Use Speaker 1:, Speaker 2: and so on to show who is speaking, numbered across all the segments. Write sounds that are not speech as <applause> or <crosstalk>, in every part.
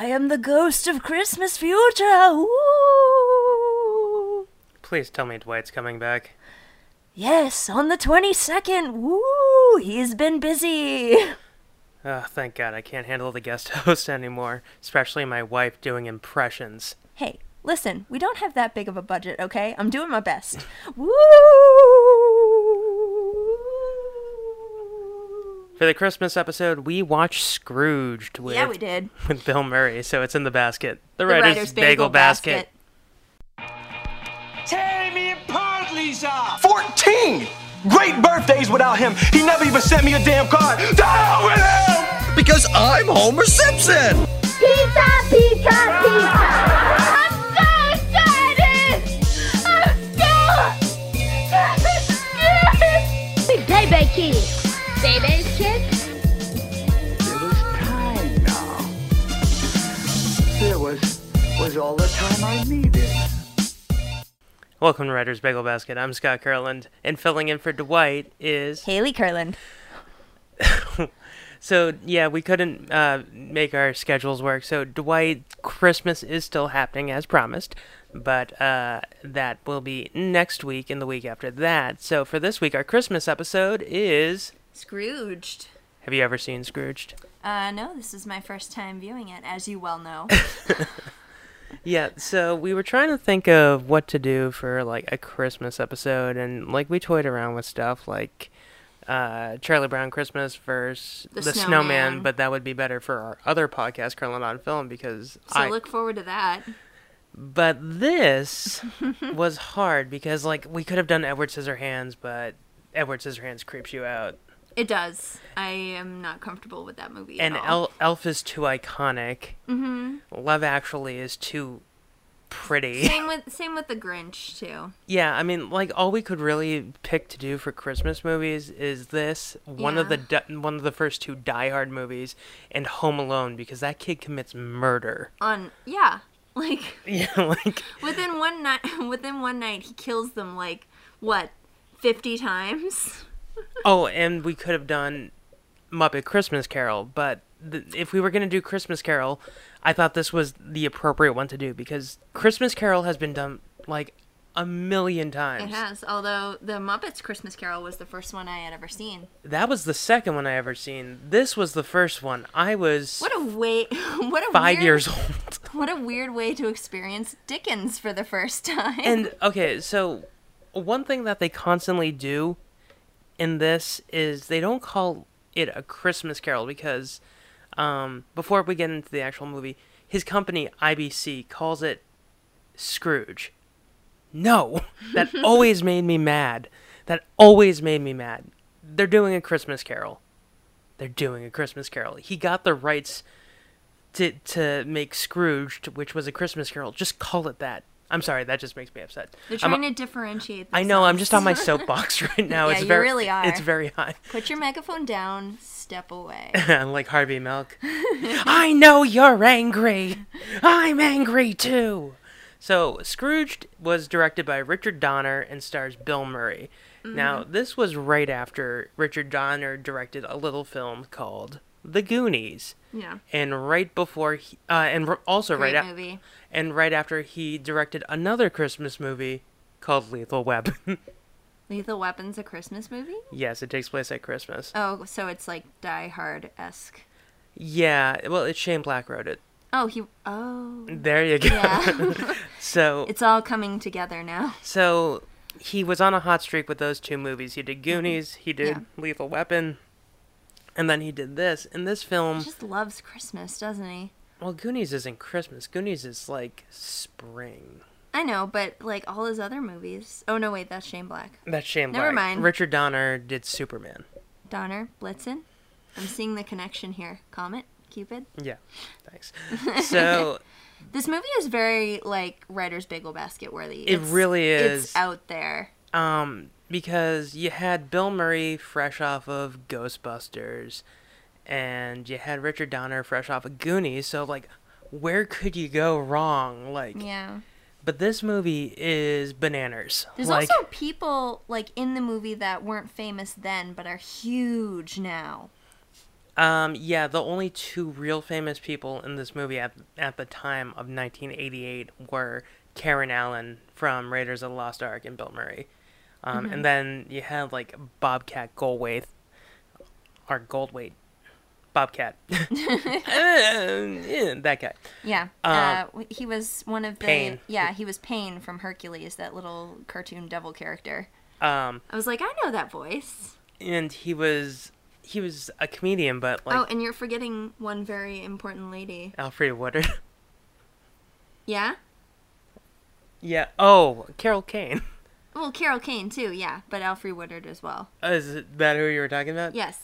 Speaker 1: am the ghost of Christmas future. Woo!
Speaker 2: Please tell me Dwight's coming back.
Speaker 1: Yes, on the 22nd. Woo! He's been busy.
Speaker 2: Oh, thank God, I can't handle the guest <laughs> host anymore, especially my wife doing impressions.
Speaker 1: Hey, listen, we don't have that big of a budget, okay? I'm doing my best. Woo!
Speaker 2: For the Christmas episode, we watched Scrooged with,
Speaker 1: Yeah, we did.
Speaker 2: with Bill Murray, so it's in the basket. The,
Speaker 1: The
Speaker 2: writer's, bagel, basket.
Speaker 3: Tear me apart, Lisa!
Speaker 4: 14! Great birthdays without him. He never even sent me a damn card. To hell with him! Because I'm Homer Simpson!
Speaker 5: Pizza, pizza, pizza. I'm so excited. I'm so scared. Big baby kid. Baby's kid.
Speaker 6: There was time now. There was was all the time I needed.
Speaker 2: Welcome to Writer's Bagel Basket. I'm Scott Kurland, and filling in for Dwight is.
Speaker 1: Haley Kurland.
Speaker 2: So, yeah, we couldn't uh, make our schedules work, so Dwight, Christmas is still happening as promised, but uh, that will be next week and the week after that. So, for this week, our Christmas episode is.
Speaker 1: Scrooged.
Speaker 2: Have you ever seen Scrooged?
Speaker 1: Uh, no, this is my first time viewing it, as you
Speaker 2: <laughs>
Speaker 1: well know.
Speaker 2: Yeah, so we were trying to think of what to do for like a Christmas episode, and like we toyed around with stuff like uh, Charlie Brown Christmas versus
Speaker 1: The
Speaker 2: the,
Speaker 1: Snowman.
Speaker 2: Snowman, but that would be better for our other podcast, Curling on Film, because
Speaker 1: So
Speaker 2: I.
Speaker 1: look forward to that.
Speaker 2: but
Speaker 1: <laughs>
Speaker 2: this was hard because like we could have done Edward Scissorhands, but Edward Scissorhands creeps you out,
Speaker 1: It does. I am not comfortable with that movie.
Speaker 2: and
Speaker 1: at all.
Speaker 2: El- Elf is too iconic. Mm-hmm. Love Actually is too pretty.
Speaker 1: same with same with the Grinch too.
Speaker 2: Yeah, I mean, like all we could really pick to do for Christmas movies is this one of
Speaker 1: Yeah.
Speaker 2: the di- one of the first two Die Hard movies and Home Alone because that kid commits murder.
Speaker 1: On yeah, <laughs> like
Speaker 2: <laughs> Yeah, like
Speaker 1: within one night, <laughs> within one night, he kills them like what, fifty times?
Speaker 2: oh, and we could have done Muppet Christmas Carol, but th- if we were gonna do Christmas Carol, I thought this was the appropriate one to do because Christmas Carol has been done like a million
Speaker 1: It
Speaker 2: times.
Speaker 1: has. Although the Muppets Christmas Carol was the first one I had ever seen.
Speaker 2: That was the second one I ever seen. This was the first one. I was
Speaker 1: What a way! <laughs> What a
Speaker 2: five
Speaker 1: weird,
Speaker 2: years <laughs> old.
Speaker 1: What a weird way to experience Dickens for the first <laughs> time.
Speaker 2: And okay, so one thing that they constantly do in this is they don't call it a Christmas Carol because um, before we get into the actual movie, his company IBC calls it Scrooge. No,
Speaker 1: <laughs>
Speaker 2: that always made me mad. That always made me mad. They're doing a Christmas Carol. They're doing a Christmas Carol. He got the rights to to make Scrooge, which was a Christmas Carol. Just call it that. I'm sorry, that just makes me upset.
Speaker 1: They're
Speaker 2: I'm-
Speaker 1: trying to differentiate.
Speaker 2: I know. I'm
Speaker 1: themselves.
Speaker 2: just on
Speaker 1: <laughs>
Speaker 2: my soapbox <laughs> right now.
Speaker 1: Yeah,
Speaker 2: it's
Speaker 1: you
Speaker 2: very,
Speaker 1: really are.
Speaker 2: It's very high.
Speaker 1: Put your megaphone down.
Speaker 2: <laughs>
Speaker 1: Step away.
Speaker 2: like Harvey Milk. I know you're angry. I'm angry too. So Scrooged was directed by Richard Donner and stars Bill Murray. Now
Speaker 1: Mm-hmm.
Speaker 2: this was right after Richard Donner directed a little film called The Goonies,
Speaker 1: Yeah.
Speaker 2: and right before he, uh, and r- also
Speaker 1: Great
Speaker 2: right a-
Speaker 1: movie.
Speaker 2: and right after he directed another Christmas movie called Lethal Weapon. <laughs>
Speaker 1: Lethal Weapon's a Christmas movie?
Speaker 2: yes, it takes place at Christmas.
Speaker 1: Oh, so it's like Die Hard esque.
Speaker 2: Yeah, well, it's Shane Black wrote it.
Speaker 1: Oh, he. Oh.
Speaker 2: There you go.
Speaker 1: Yeah.
Speaker 2: <laughs> So
Speaker 1: <laughs> it's all coming together now.
Speaker 2: so he was on a hot streak with those two movies. He
Speaker 1: Mm-hmm.
Speaker 2: did Goonies, he did Lethal Weapon, and then he did this. And this
Speaker 1: He
Speaker 2: film,
Speaker 1: just loves Christmas, doesn't he?
Speaker 2: well, Goonies isn't Christmas. Goonies is like spring.
Speaker 1: I know, but like all his other movies. Oh, no, wait, that's Shane Black.
Speaker 2: That's Shane
Speaker 1: Never
Speaker 2: Black.
Speaker 1: mind.
Speaker 2: Richard Donner did Superman.
Speaker 1: Donner, Blitzen. I'm seeing the connection here. Comet, Cupid.
Speaker 2: Yeah,
Speaker 1: <laughs>
Speaker 2: thanks. So
Speaker 1: This movie is very like writer's bagel basket worthy.
Speaker 2: It really
Speaker 1: It's
Speaker 2: is.
Speaker 1: out there.
Speaker 2: Um, because you had Bill Murray fresh off of Ghostbusters, and you had Richard Donner fresh off of Goonies. So like, where could you go wrong? Like,
Speaker 1: Yeah.
Speaker 2: but this movie is bananas.
Speaker 1: There's
Speaker 2: like,
Speaker 1: also people like in the movie that weren't famous then but are huge now.
Speaker 2: Um, yeah, the only two real famous people in this movie at, at the time of 1988 were Karen Allen from Raiders of the Lost Ark and Bill Murray. Um,
Speaker 1: Mm-hmm.
Speaker 2: And then you had like Bobcat Goldthwait, or Goldthwait, Bobcat, <laughs> Uh, yeah, that guy.
Speaker 1: Yeah. uh, w- he was one of the.
Speaker 2: Pain.
Speaker 1: Yeah, he was Pain from Hercules, that little cartoon devil character.
Speaker 2: Um,
Speaker 1: I was like, I know that voice.
Speaker 2: and he was he was a comedian, but like
Speaker 1: oh, and you're forgetting one very important lady.
Speaker 2: Alfred Woodard. <laughs>
Speaker 1: Yeah?
Speaker 2: yeah. Oh, Carol Kane. <laughs>
Speaker 1: Well, Carol Kane, too, yeah, but Alfred Woodard as well.
Speaker 2: Is that who you were talking about?
Speaker 1: Yes.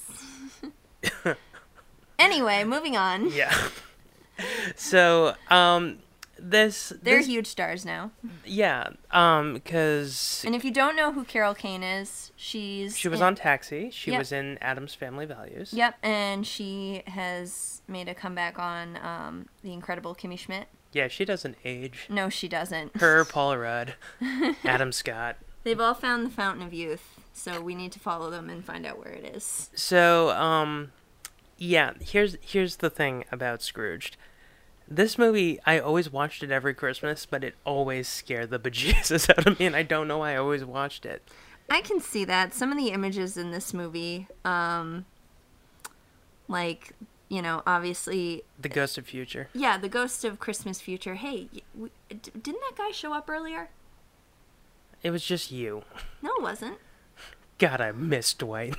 Speaker 1: <laughs>
Speaker 2: <laughs>
Speaker 1: anyway, moving on.
Speaker 2: Yeah. <laughs> so, um, this,
Speaker 1: They're
Speaker 2: this
Speaker 1: huge stars now.
Speaker 2: yeah, um, because
Speaker 1: And if you don't know who Carol Kane is, she's.
Speaker 2: she was
Speaker 1: in-
Speaker 2: on Taxi, she
Speaker 1: Yep.
Speaker 2: was in Adam's Family Values.
Speaker 1: Yep, and she has made a comeback on um, The Incredible Kimmy Schmidt.
Speaker 2: Yeah, she doesn't
Speaker 1: <laughs>
Speaker 2: age.
Speaker 1: No, she doesn't.
Speaker 2: Her, Paul Rudd,
Speaker 1: <laughs>
Speaker 2: Adam Scott.
Speaker 1: They've all found the fountain of youth, so we need to follow them and find out where it is.
Speaker 2: So, um, yeah, here's here's the thing about Scrooged. This movie, I always watched it every Christmas, but it always scared the <laughs> bejesus out of me, and I don't know why I always watched it.
Speaker 1: I can see that some of the images in this movie, um, like you know, obviously,
Speaker 2: The Ghost of Future.
Speaker 1: yeah, the ghost of Christmas future. Hey, y- w- d- didn't that guy show up earlier?
Speaker 2: It was just you.
Speaker 1: No, it wasn't.
Speaker 2: God, I miss
Speaker 1: <laughs>
Speaker 2: Dwight.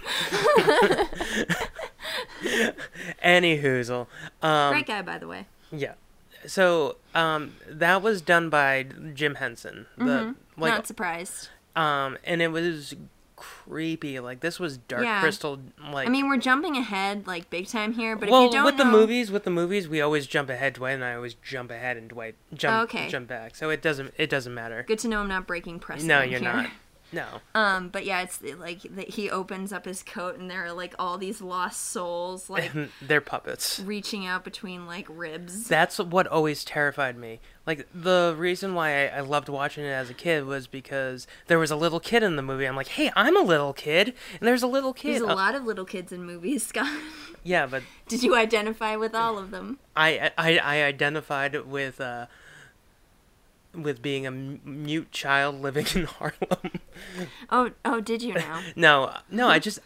Speaker 2: Any hoozle. Um,
Speaker 1: Great guy, by the way.
Speaker 2: Yeah. So, um, that was done by Jim Henson. The,
Speaker 1: Not
Speaker 2: like,
Speaker 1: surprised.
Speaker 2: um, and it was creepy. Like, this was Dark
Speaker 1: Yeah.
Speaker 2: Crystal, like.
Speaker 1: I mean, we're jumping ahead like big time here, but
Speaker 2: well,
Speaker 1: if you don't
Speaker 2: with the
Speaker 1: know-
Speaker 2: movies, with the movies, we always jump ahead. Dwight and I always jump ahead, and Dwight jump
Speaker 1: Okay.
Speaker 2: jump back. So it doesn't it doesn't matter.
Speaker 1: good to know I'm not breaking precedent.
Speaker 2: No, you're
Speaker 1: here.
Speaker 2: not. No.
Speaker 1: <laughs> Um, but yeah, it's like the, he opens up his coat, and there are like all these lost
Speaker 2: <laughs>
Speaker 1: souls, like
Speaker 2: They're puppets.
Speaker 1: reaching out between like ribs.
Speaker 2: that's what always terrified me. Like the reason why I, I loved watching it as a kid was because there was a little kid in the movie. I'm like, hey, I'm a little kid, and there's a little kid.
Speaker 1: There's a
Speaker 2: Uh,
Speaker 1: lot of little kids in movies, <laughs> Scott.
Speaker 2: yeah, but
Speaker 1: Did you identify with all of them?
Speaker 2: I I, I identified with uh, with being a m- mute child living in <laughs> Harlem.
Speaker 1: Oh, oh, did
Speaker 2: <laughs>
Speaker 1: you now?
Speaker 2: no, no, I just.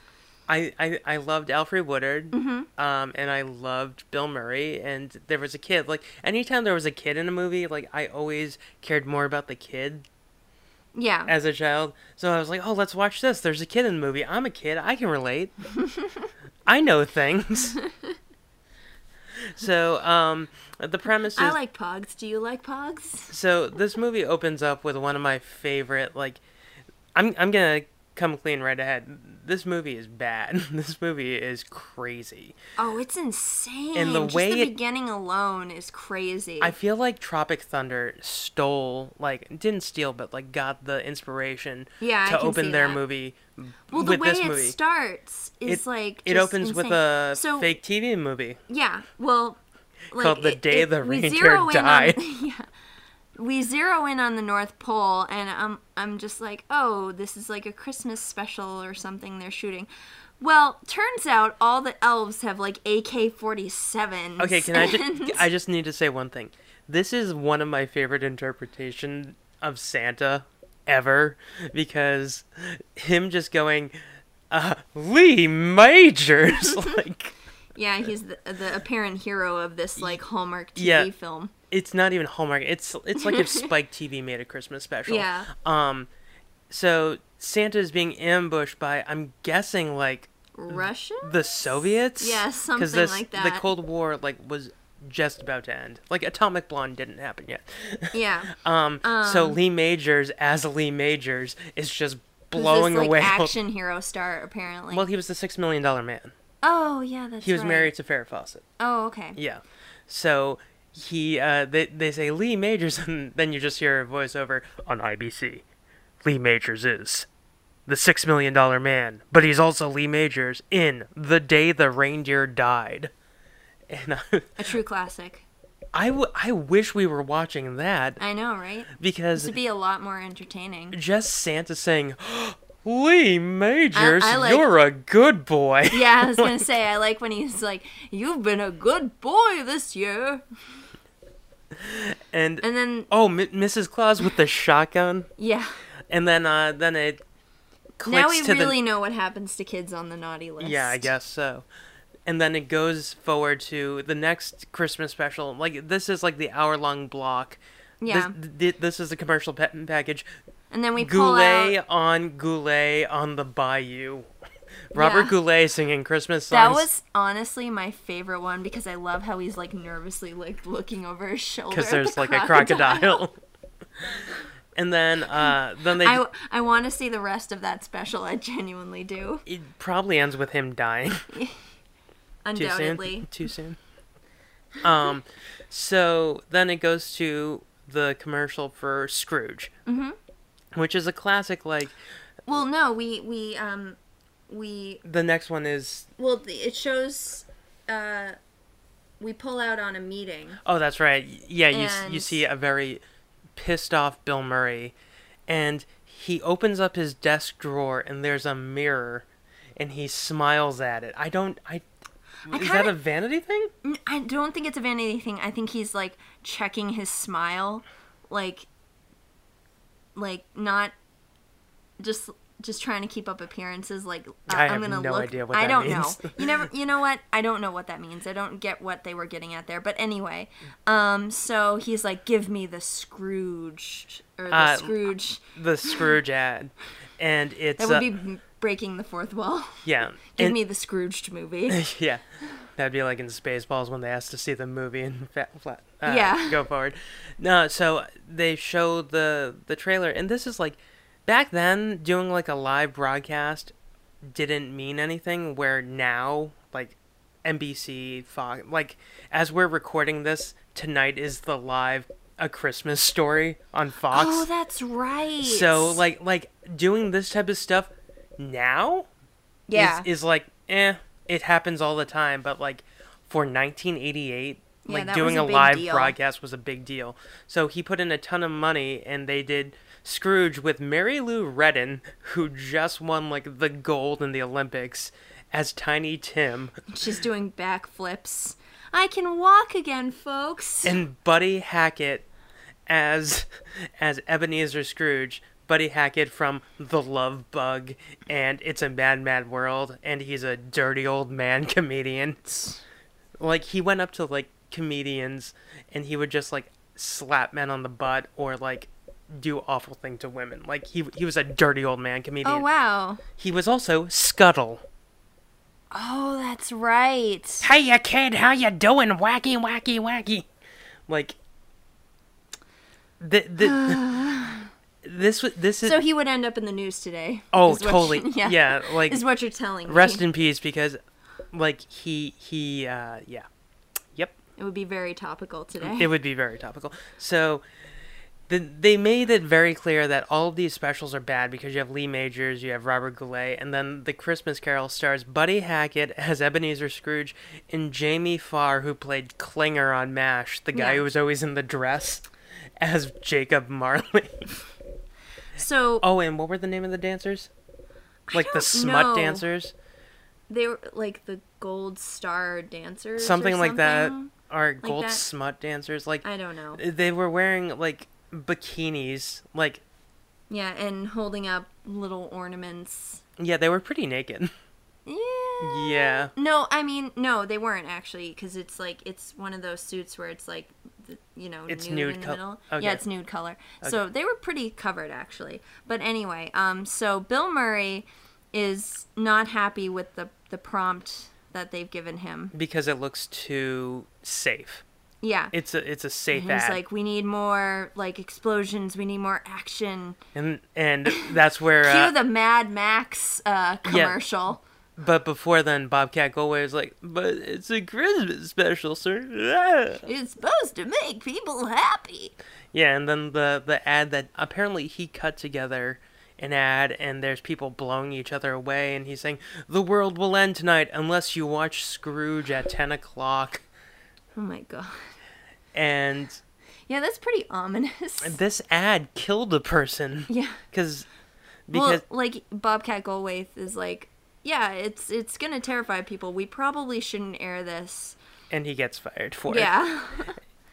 Speaker 2: I, I, I loved Alfred Woodard,
Speaker 1: Mm-hmm.
Speaker 2: um, and I loved Bill Murray, and there was a kid. Like anytime there was a kid in a movie, like I always cared more about the kid
Speaker 1: Yeah.
Speaker 2: as a child. So I was like, oh, let's watch this. There's a kid in the movie. I'm a kid. I can relate.
Speaker 1: <laughs>
Speaker 2: I know things. so um, the premise is
Speaker 1: I like Pogs. Do you like Pogs?
Speaker 2: so this movie opens up with one of my favorite like I'm I'm gonna come clean right ahead. This movie is bad. <laughs> This movie is crazy.
Speaker 1: Oh, it's insane.
Speaker 2: And the
Speaker 1: Just
Speaker 2: way
Speaker 1: the
Speaker 2: it-
Speaker 1: beginning alone is crazy.
Speaker 2: I feel like Tropic Thunder stole like didn't steal but like got the inspiration
Speaker 1: Yeah, I
Speaker 2: to
Speaker 1: can
Speaker 2: open
Speaker 1: see
Speaker 2: their
Speaker 1: that.
Speaker 2: movie
Speaker 1: well, the
Speaker 2: with
Speaker 1: way
Speaker 2: this
Speaker 1: it
Speaker 2: movie.
Speaker 1: starts is like
Speaker 2: it
Speaker 1: just
Speaker 2: opens with
Speaker 1: insane.
Speaker 2: a
Speaker 1: So-
Speaker 2: fake TV movie.
Speaker 1: Yeah. Well, like,
Speaker 2: Called The
Speaker 1: it-
Speaker 2: Day
Speaker 1: it-
Speaker 2: the
Speaker 1: we
Speaker 2: Reindeer
Speaker 1: zero in on-
Speaker 2: Died.
Speaker 1: <laughs> yeah. We zero in on the North Pole, and I'm I'm just like, oh, this is like a Christmas special or something they're shooting. Well, turns out all the elves have like AK-47s.
Speaker 2: Okay, can I
Speaker 1: and-
Speaker 2: just I just need to say one thing. This is one of my favorite interpretation of Santa ever because him just going uh Lee
Speaker 1: <laughs>
Speaker 2: Majors like
Speaker 1: <laughs> yeah, he's the, the apparent hero of this like Hallmark TV
Speaker 2: Yeah.
Speaker 1: film.
Speaker 2: it's not even Hallmark. It's it's
Speaker 1: <laughs>
Speaker 2: like if Spike TV made a Christmas special.
Speaker 1: Yeah.
Speaker 2: Um so Santa's being ambushed by I'm guessing like
Speaker 1: Russian?
Speaker 2: the Soviets.
Speaker 1: Yeah,
Speaker 2: 'Cause
Speaker 1: something
Speaker 2: this-
Speaker 1: like
Speaker 2: The
Speaker 1: that.
Speaker 2: Cold War like was just about to end. Like Atomic Blonde didn't happen yet.
Speaker 1: yeah.
Speaker 2: <laughs> Um, so Lee Majors as Lee Majors is just
Speaker 1: Who's
Speaker 2: blowing
Speaker 1: this, like,
Speaker 2: away. <laughs> all-
Speaker 1: action hero star apparently.
Speaker 2: Well, he was the six million dollar man.
Speaker 1: oh, yeah, that's
Speaker 2: He was
Speaker 1: right.
Speaker 2: married to Farrah Fawcett.
Speaker 1: Oh, okay.
Speaker 2: Yeah. So he uh, they they say Lee Majors, <laughs> and then you just hear a voiceover on IBC. Lee Majors is the six million dollar man, but he's also Lee Majors in The Day the Reindeer Died. And <laughs> I,
Speaker 1: A true classic.
Speaker 2: I, w- I wish we were watching that
Speaker 1: I know, right?
Speaker 2: because
Speaker 1: to be a lot more entertaining.
Speaker 2: just Santa saying, <gasps> Lee Majors,
Speaker 1: I like-
Speaker 2: you're a good boy.
Speaker 1: Yeah, I was gonna say I like when he's like, "You've been a good boy this year,"
Speaker 2: <laughs> and,
Speaker 1: and then
Speaker 2: oh, M- Mrs. Claus with the shotgun,
Speaker 1: yeah,
Speaker 2: and then uh, then it clicks
Speaker 1: now we
Speaker 2: to
Speaker 1: really
Speaker 2: the
Speaker 1: know what happens to kids on the naughty list.
Speaker 2: yeah, I guess so. And then it goes forward to the next Christmas special. Like this is like the hour long block.
Speaker 1: Yeah,
Speaker 2: This, th- this is the commercial pa- package.
Speaker 1: and then we pull out.
Speaker 2: Goulet on Goulet on the Bayou. Robert
Speaker 1: Yeah.
Speaker 2: Goulet singing Christmas
Speaker 1: That
Speaker 2: songs.
Speaker 1: was honestly my favorite one because I love how he's like nervously like looking over his shoulder.
Speaker 2: because
Speaker 1: at
Speaker 2: there's
Speaker 1: the
Speaker 2: like a crocodile. <laughs> and then uh then they
Speaker 1: <laughs> I, I want to see the rest of that special. I genuinely do.
Speaker 2: it probably ends with him dying too
Speaker 1: Undoubtedly.
Speaker 2: soon. Too soon. Um so then it goes to the commercial for Scrooge. Mm-hmm. Which is a classic like
Speaker 1: Well, no, we we um we
Speaker 2: the next one is
Speaker 1: well the- it shows uh we pull out on a meeting.
Speaker 2: Oh, that's right. Yeah, you s- you
Speaker 1: And-
Speaker 2: see a very pissed off Bill Murray, and he opens up his desk drawer and there's a mirror, and he smiles at it. I don't. I is that
Speaker 1: kinda-
Speaker 2: a vanity thing?
Speaker 1: N- I don't think it's a vanity thing. I think he's like checking his smile like like not just just trying to keep up appearances like
Speaker 2: I
Speaker 1: am
Speaker 2: have
Speaker 1: gonna
Speaker 2: no
Speaker 1: look
Speaker 2: idea what
Speaker 1: i
Speaker 2: that
Speaker 1: don't
Speaker 2: means.
Speaker 1: know you never you know what i don't know what that means i don't get what they were getting at there but anyway um so he's like give me the scrooge or the
Speaker 2: Uh,
Speaker 1: scrooge
Speaker 2: The Scrooge ad, and it's
Speaker 1: that would
Speaker 2: uh,
Speaker 1: be m- breaking the fourth wall <laughs>
Speaker 2: yeah.
Speaker 1: give
Speaker 2: and-
Speaker 1: me the scrooged movie
Speaker 2: <laughs> yeah, that'd be like in Spaceballs when they asked to see the movie and fa- flat. Uh,
Speaker 1: Yeah.
Speaker 2: Go forward. No, so they show the the trailer, and this is like back then doing like a live broadcast didn't mean anything. Where now, like NBC, Fox, like as we're recording this tonight is the live A Christmas Story on Fox.
Speaker 1: oh that's right
Speaker 2: so like like doing this type of stuff now
Speaker 1: yeah
Speaker 2: is, is like eh it happens all the time but like for 1988
Speaker 1: Yeah,
Speaker 2: like
Speaker 1: that
Speaker 2: doing
Speaker 1: was a
Speaker 2: a,
Speaker 1: big
Speaker 2: live
Speaker 1: deal.
Speaker 2: broadcast was a big deal so he put in a ton of money and they did scrooge with mary lou redden who just won like the gold in the olympics as tiny tim
Speaker 1: She's doing backflips. I can walk again, folks.
Speaker 2: and buddy hackett as as ebenezer scrooge buddy hackett from the love bug and it's a mad mad world and he's a dirty old man <laughs> comedian like he went up to like comedians and he would just like slap men on the butt or like do awful thing to women. Like he he was a dirty old man comedian.
Speaker 1: Oh wow.
Speaker 2: He was also Scuttle.
Speaker 1: Oh, that's right.
Speaker 2: Hey you kid, how you doing? Wacky wacky wacky. Like the the
Speaker 1: <sighs>
Speaker 2: This was this is
Speaker 1: So he would end up in the news today.
Speaker 2: oh
Speaker 1: is what
Speaker 2: totally
Speaker 1: <laughs> you-
Speaker 2: yeah. like
Speaker 1: is what you're telling me.
Speaker 2: rest in peace because like he he uh yeah yep
Speaker 1: It would be very topical today.
Speaker 2: it would be very topical. So the, they made it very clear that all of these specials are bad because you have Lee Majors, you have Robert Goulet, and then the Christmas Carol stars Buddy Hackett as Ebenezer Scrooge and Jamie Farr, who played Klinger on MASH, the guy
Speaker 1: Yeah.
Speaker 2: who was always in the dress, as Jacob Marley. <laughs>
Speaker 1: so
Speaker 2: oh, and what were the name of the dancers? Like the
Speaker 1: don't
Speaker 2: smut
Speaker 1: know.
Speaker 2: dancers,
Speaker 1: they were like the gold star dancers, or
Speaker 2: something like that,
Speaker 1: something?
Speaker 2: or gold
Speaker 1: that.
Speaker 2: smut dancers. Like
Speaker 1: I don't know.
Speaker 2: they were wearing like bikinis, like
Speaker 1: Yeah, and holding up little ornaments.
Speaker 2: Yeah, they were pretty naked.
Speaker 1: Yeah.
Speaker 2: Yeah.
Speaker 1: No, I mean no, they weren't actually because it's like it's one of those suits where it's like, the, you know,
Speaker 2: It's
Speaker 1: nude,
Speaker 2: nude
Speaker 1: in the
Speaker 2: col- oh,
Speaker 1: middle.
Speaker 2: okay.
Speaker 1: Yeah, it's nude color. So they were pretty covered actually. But anyway, um, so Bill Murray is not happy with the the prompt that they've given him.
Speaker 2: Because it looks too safe.
Speaker 1: Yeah.
Speaker 2: It's a it's a safe
Speaker 1: and he's
Speaker 2: ad.
Speaker 1: like, we need more like explosions. We need more action.
Speaker 2: and and that's where
Speaker 1: Cue
Speaker 2: uh,
Speaker 1: the Mad Max uh, commercial.
Speaker 2: but before then Bobcat Goldway was like, But it's a Christmas special, sir.
Speaker 1: It's supposed to make people happy.
Speaker 2: Yeah, and then the the ad that apparently he cut together an ad and there's people blowing each other away and he's saying, The world will end tonight unless you watch Scrooge at ten o'clock
Speaker 1: Oh my god.
Speaker 2: and
Speaker 1: Yeah, that's pretty ominous.
Speaker 2: this ad killed a person.
Speaker 1: Yeah.
Speaker 2: Because because
Speaker 1: well, like Bobcat Goldthwait is like, yeah, it's it's gonna terrify people. We probably shouldn't air this.
Speaker 2: and he gets fired for it.
Speaker 1: Yeah.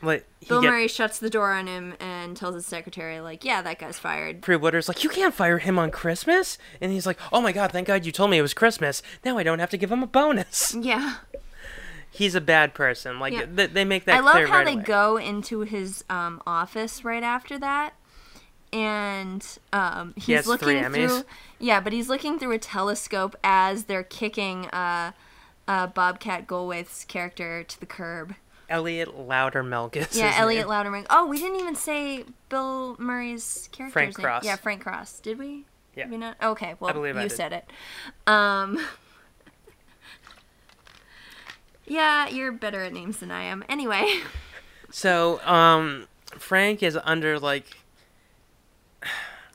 Speaker 2: Like he
Speaker 1: Bill
Speaker 2: get-
Speaker 1: Murray shuts the door on him and tells his secretary, like, yeah, that guy's fired.
Speaker 2: Pre Woodard's like, you can't fire him on Christmas, and he's like, oh my god, thank God you told me it was Christmas. Now I don't have to give him a bonus.
Speaker 1: Yeah.
Speaker 2: He's a bad person. Like
Speaker 1: Mm. Yeah.
Speaker 2: th- they make that.
Speaker 1: I love
Speaker 2: clear
Speaker 1: how
Speaker 2: right
Speaker 1: they
Speaker 2: away.
Speaker 1: go into his um, office right after that. And um, he's
Speaker 2: has
Speaker 1: looking
Speaker 2: three Emmys.
Speaker 1: through, yeah, but he's looking through a telescope as they're kicking uh, uh, Bobcat Goldthwait's character to the curb.
Speaker 2: Elliot Loudermilk.
Speaker 1: Yeah, Elliot Loudermilk. Oh, we didn't even say Bill Murray's character's
Speaker 2: Frank
Speaker 1: name.
Speaker 2: Cross.
Speaker 1: Yeah, Frank Cross. Did we?
Speaker 2: Yeah.
Speaker 1: Did we not? Okay. Well,
Speaker 2: believe
Speaker 1: you
Speaker 2: I did.
Speaker 1: said it. Um. <laughs> yeah, you're better at names than I am. Anyway, <laughs>
Speaker 2: So um, Frank is under like,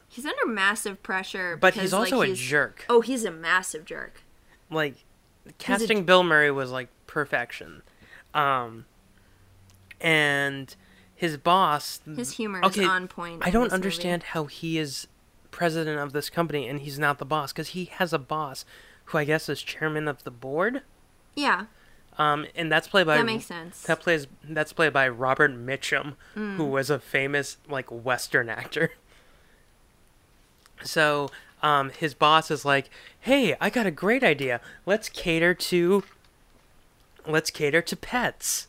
Speaker 1: he's under massive pressure.
Speaker 2: but
Speaker 1: because,
Speaker 2: he's also
Speaker 1: like,
Speaker 2: a jerk.
Speaker 1: Oh, he's a massive jerk.
Speaker 2: Like casting Bill Murray was like perfection. Um, and his boss.
Speaker 1: His humor
Speaker 2: Okay,
Speaker 1: is on point.
Speaker 2: I
Speaker 1: in
Speaker 2: don't
Speaker 1: this movie.
Speaker 2: understand how he is president of this company and he's not the boss because he has a boss who I guess is chairman of the board.
Speaker 1: Yeah,
Speaker 2: Um, and that's played by
Speaker 1: That makes sense. Mm.
Speaker 2: That plays that's played by Robert Mitchum, who was a famous like Western actor. So um, his boss is like, "Hey, I got a great idea. Let's cater to let's cater to pets."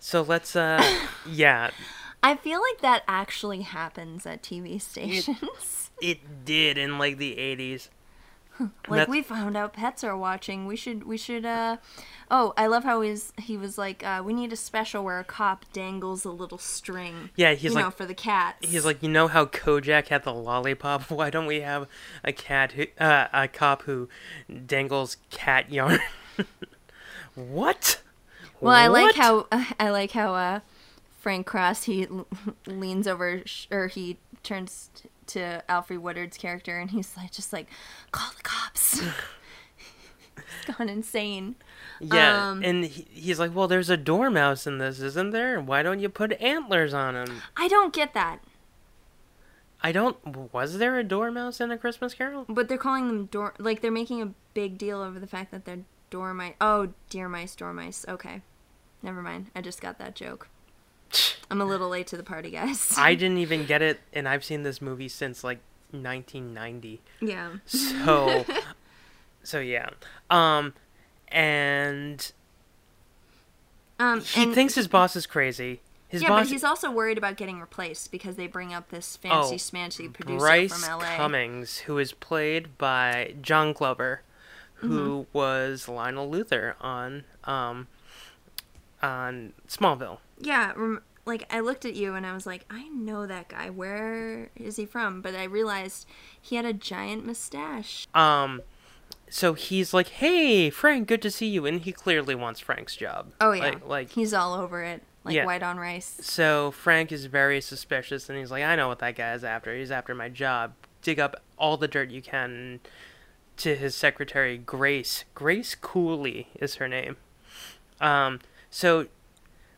Speaker 2: So let's uh,
Speaker 1: <laughs>
Speaker 2: yeah,
Speaker 1: I feel like that actually happens at TV stations. <laughs>
Speaker 2: it did in like the '80s.
Speaker 1: like
Speaker 2: that's-
Speaker 1: we found out pets are watching we should we should uh oh i love how he's he was like uh we need a special where a cop dangles a little string
Speaker 2: Yeah, he's
Speaker 1: you know
Speaker 2: like-
Speaker 1: for the cats
Speaker 2: He's like, you know how Kojak had the lollipop? <laughs> Why don't we have a cat who, uh, a cop who dangles cat yarn? <laughs> what?
Speaker 1: well i like
Speaker 2: What?
Speaker 1: how <laughs> i like how uh frank cross he l- <laughs> leans over sh- or he turns t- to alfred woodard's character and he's like just like call the cops <laughs> he's gone insane
Speaker 2: Yeah,
Speaker 1: um,
Speaker 2: and he, he's like, well, there's a dormouse in this, isn't there? Why don't you put antlers on him?
Speaker 1: i don't get that
Speaker 2: I don't. Was there a dormouse in A Christmas
Speaker 1: <sighs>
Speaker 2: Carol?
Speaker 1: But they're calling them door like they're making a big deal over the fact that they're dormice. Oh, deer mice, dormice. Okay, never mind. I just got that joke. I'm a little late to the party, guys.
Speaker 2: <laughs> I didn't even get it, and I've seen this movie since like 1990.
Speaker 1: <laughs> yeah. <laughs>
Speaker 2: So, so yeah. Um, and
Speaker 1: Um,
Speaker 2: he
Speaker 1: and
Speaker 2: thinks his boss is crazy. His
Speaker 1: yeah,
Speaker 2: boss
Speaker 1: but he's also worried about getting replaced because they bring up this fancy,
Speaker 2: Oh,
Speaker 1: smancy producer
Speaker 2: Bryce
Speaker 1: from LA.
Speaker 2: Cummings, who is played by John Glover, who
Speaker 1: Mm-hmm.
Speaker 2: was Lionel Luther on um, on Smallville.
Speaker 1: Yeah. Rem- like I looked at you and I was like, I know that guy. Where is he from? But I realized he had a giant mustache.
Speaker 2: Um, so he's like, "Hey, Frank, good to see you," and he clearly wants Frank's job.
Speaker 1: Oh yeah.
Speaker 2: like, like
Speaker 1: he's all over it. Like
Speaker 2: Yeah.
Speaker 1: white on rice.
Speaker 2: so Frank is very suspicious, and he's like, "I know what that guy is after. He's after my job. Dig up all the dirt you can." And To his secretary, Grace. Grace Cooley is her name. Um, so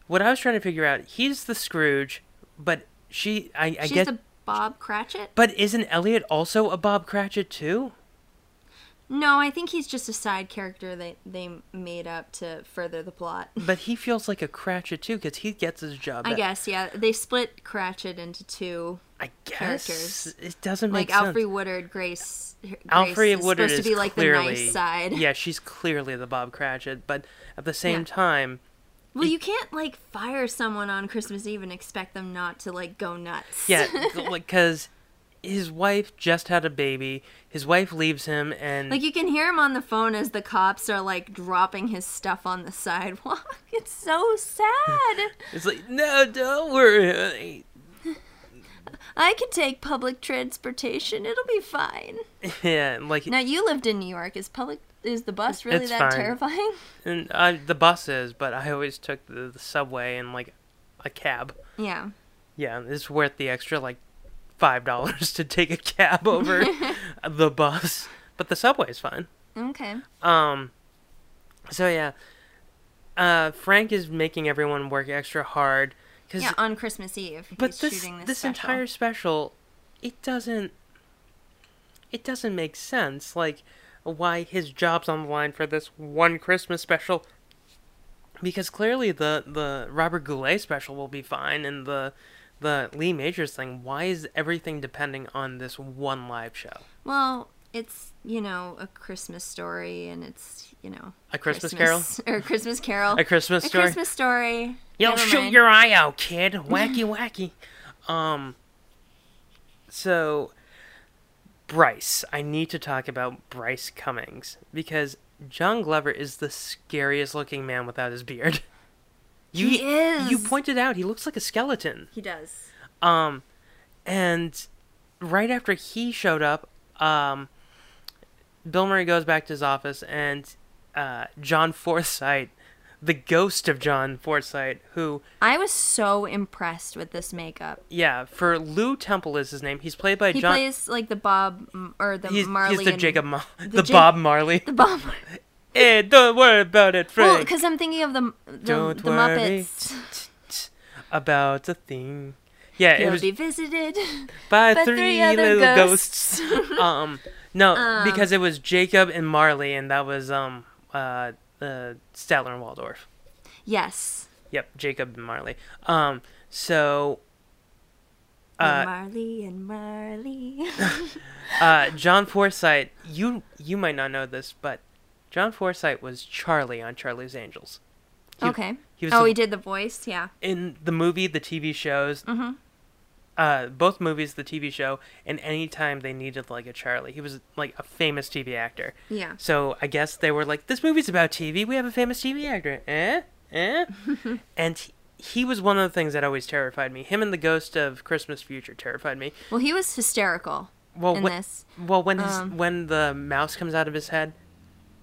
Speaker 2: what I was trying to figure out, he's the Scrooge, but she, I, I
Speaker 1: She's
Speaker 2: guess,
Speaker 1: the Bob Cratchit?
Speaker 2: but isn't Elliot also a Bob Cratchit too?
Speaker 1: No, I think he's just a side character they they made up to further the plot. <laughs>
Speaker 2: But he feels like a Cratchit too, because he gets his job.
Speaker 1: I
Speaker 2: back.
Speaker 1: guess, yeah. They split Cratchit into two.
Speaker 2: I guess
Speaker 1: characters.
Speaker 2: it doesn't make
Speaker 1: Like
Speaker 2: sense.
Speaker 1: Alfred Woodard, Grace. Grace
Speaker 2: Alfred
Speaker 1: is
Speaker 2: Woodard
Speaker 1: supposed
Speaker 2: is
Speaker 1: to be like
Speaker 2: clearly,
Speaker 1: the nice side.
Speaker 2: Yeah, she's clearly the Bob Cratchit, but at the same
Speaker 1: Yeah.
Speaker 2: time,
Speaker 1: Well, you can't like fire someone on Christmas Eve and expect them not to like go nuts.
Speaker 2: yeah, like because his wife just had a baby, his wife leaves him, and
Speaker 1: <laughs> Like you can hear him on the phone as the cops are like dropping his stuff on the sidewalk. <laughs> It's so sad.
Speaker 2: <laughs> it's like, no, don't worry.
Speaker 1: I could take public transportation. It'll be fine.
Speaker 2: Yeah, and like
Speaker 1: Now you lived in New York. Is public is the bus really
Speaker 2: It's
Speaker 1: that
Speaker 2: fine.
Speaker 1: terrifying? <laughs>
Speaker 2: and I, the buses, but I always took the, the subway and like a cab.
Speaker 1: Yeah.
Speaker 2: Yeah, it's worth the extra like five dollars <laughs> to take a cab
Speaker 1: <laughs>
Speaker 2: over the bus, but the subway's fine.
Speaker 1: Okay.
Speaker 2: Um. So yeah, uh, Frank is making everyone work extra hard because
Speaker 1: Yeah, on Christmas Eve.
Speaker 2: but
Speaker 1: he's
Speaker 2: this
Speaker 1: shooting
Speaker 2: this,
Speaker 1: this, special.
Speaker 2: entire special, it doesn't. it doesn't make sense. Like, why his job's on the line for this one Christmas special? Because clearly the the Robert Goulet special will be fine, and the the Lee Majors thing. Why is everything depending on this one live show?
Speaker 1: Well, it's you know a Christmas story, and it's you know
Speaker 2: A Christmas
Speaker 1: Carol <laughs> or Christmas Carol,
Speaker 2: A Christmas story?
Speaker 1: a Christmas story.
Speaker 2: You'll
Speaker 1: Never
Speaker 2: shoot
Speaker 1: mind.
Speaker 2: your eye out, kid. Wacky,
Speaker 1: <gasps>
Speaker 2: wacky. Um. So, Bryce, I need to talk about Bryce Cummings because John Glover is the scariest looking man without his beard. You,
Speaker 1: He is.
Speaker 2: You pointed out he looks like a skeleton.
Speaker 1: He does.
Speaker 2: Um, and right after he showed up, um, Bill Murray goes back to his office, and uh, John Forsythe, the ghost of John Forsythe, who
Speaker 1: I was so impressed with this makeup.
Speaker 2: yeah, for Lou Temple is his name. He's played by
Speaker 1: He
Speaker 2: John.
Speaker 1: plays like the Bob M- or the
Speaker 2: he's,
Speaker 1: Marley.
Speaker 2: he's the
Speaker 1: and-
Speaker 2: Jacob, Ma- the,
Speaker 1: Jac-
Speaker 2: Bob Marley.
Speaker 1: The <laughs> Bob.
Speaker 2: Eh, don't worry about it,
Speaker 1: Well,
Speaker 2: Frank.
Speaker 1: because I'm thinking of the the,
Speaker 2: don't
Speaker 1: the
Speaker 2: worry
Speaker 1: Muppets.
Speaker 2: about a thing. Yeah, it
Speaker 1: You'll
Speaker 2: was
Speaker 1: be visited <laughs>
Speaker 2: by,
Speaker 1: by
Speaker 2: three, little ghosts. <laughs> um
Speaker 1: <laughs>
Speaker 2: no because it was jacob and marley and that was um uh, uh statler and waldorf
Speaker 1: yes.
Speaker 2: yep jacob and marley um so Uh,
Speaker 1: Marley
Speaker 2: <laughs>
Speaker 1: and Marley.
Speaker 2: uh john forsythe you you might not know this but john forsythe was charlie on charlie's angels He-
Speaker 1: okay.
Speaker 2: he was
Speaker 1: oh,
Speaker 2: the-
Speaker 1: he did the voice. Yeah.
Speaker 2: in the movie the tv shows
Speaker 1: Mm-hmm.
Speaker 2: uh both movies the tv show and anytime they needed like a charlie he was like a famous tv actor
Speaker 1: Yeah.
Speaker 2: So I guess they were like, this movie's about TV. We have a famous TV actor. Eh?
Speaker 1: <laughs>
Speaker 2: Eh? and he, he was one of the things that always terrified me. Him and the ghost of Christmas Future terrified me.
Speaker 1: Well, he was hysterical.
Speaker 2: Well,
Speaker 1: In
Speaker 2: when,
Speaker 1: this,
Speaker 2: well, when his,
Speaker 1: um,
Speaker 2: when the mouse comes out of his head,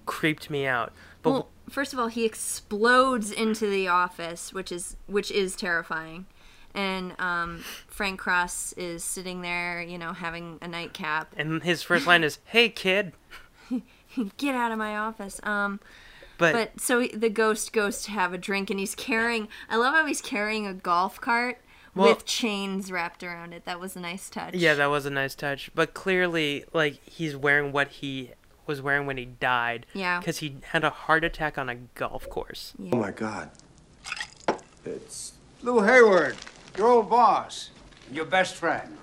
Speaker 2: creeped me out. But
Speaker 1: Well, first of all, he explodes into the office, which is which is terrifying. And um, Frank Cross is sitting there, you know, having a nightcap. <laughs>
Speaker 2: and his first line is, "Hey kid,"
Speaker 1: Get out of my office. Um,
Speaker 2: but,
Speaker 1: but so the ghost goes to have a drink, and he's carrying. I love how he's carrying a golf cart
Speaker 2: Well-
Speaker 1: with chains wrapped around it. That was a nice touch.
Speaker 2: yeah, that was a nice touch. But clearly, like he's wearing what he was wearing when he died.
Speaker 1: Yeah.
Speaker 2: because he had a heart attack on a golf course.
Speaker 4: Oh my God.
Speaker 3: It's Lou Hayward, your old boss, and your best friend.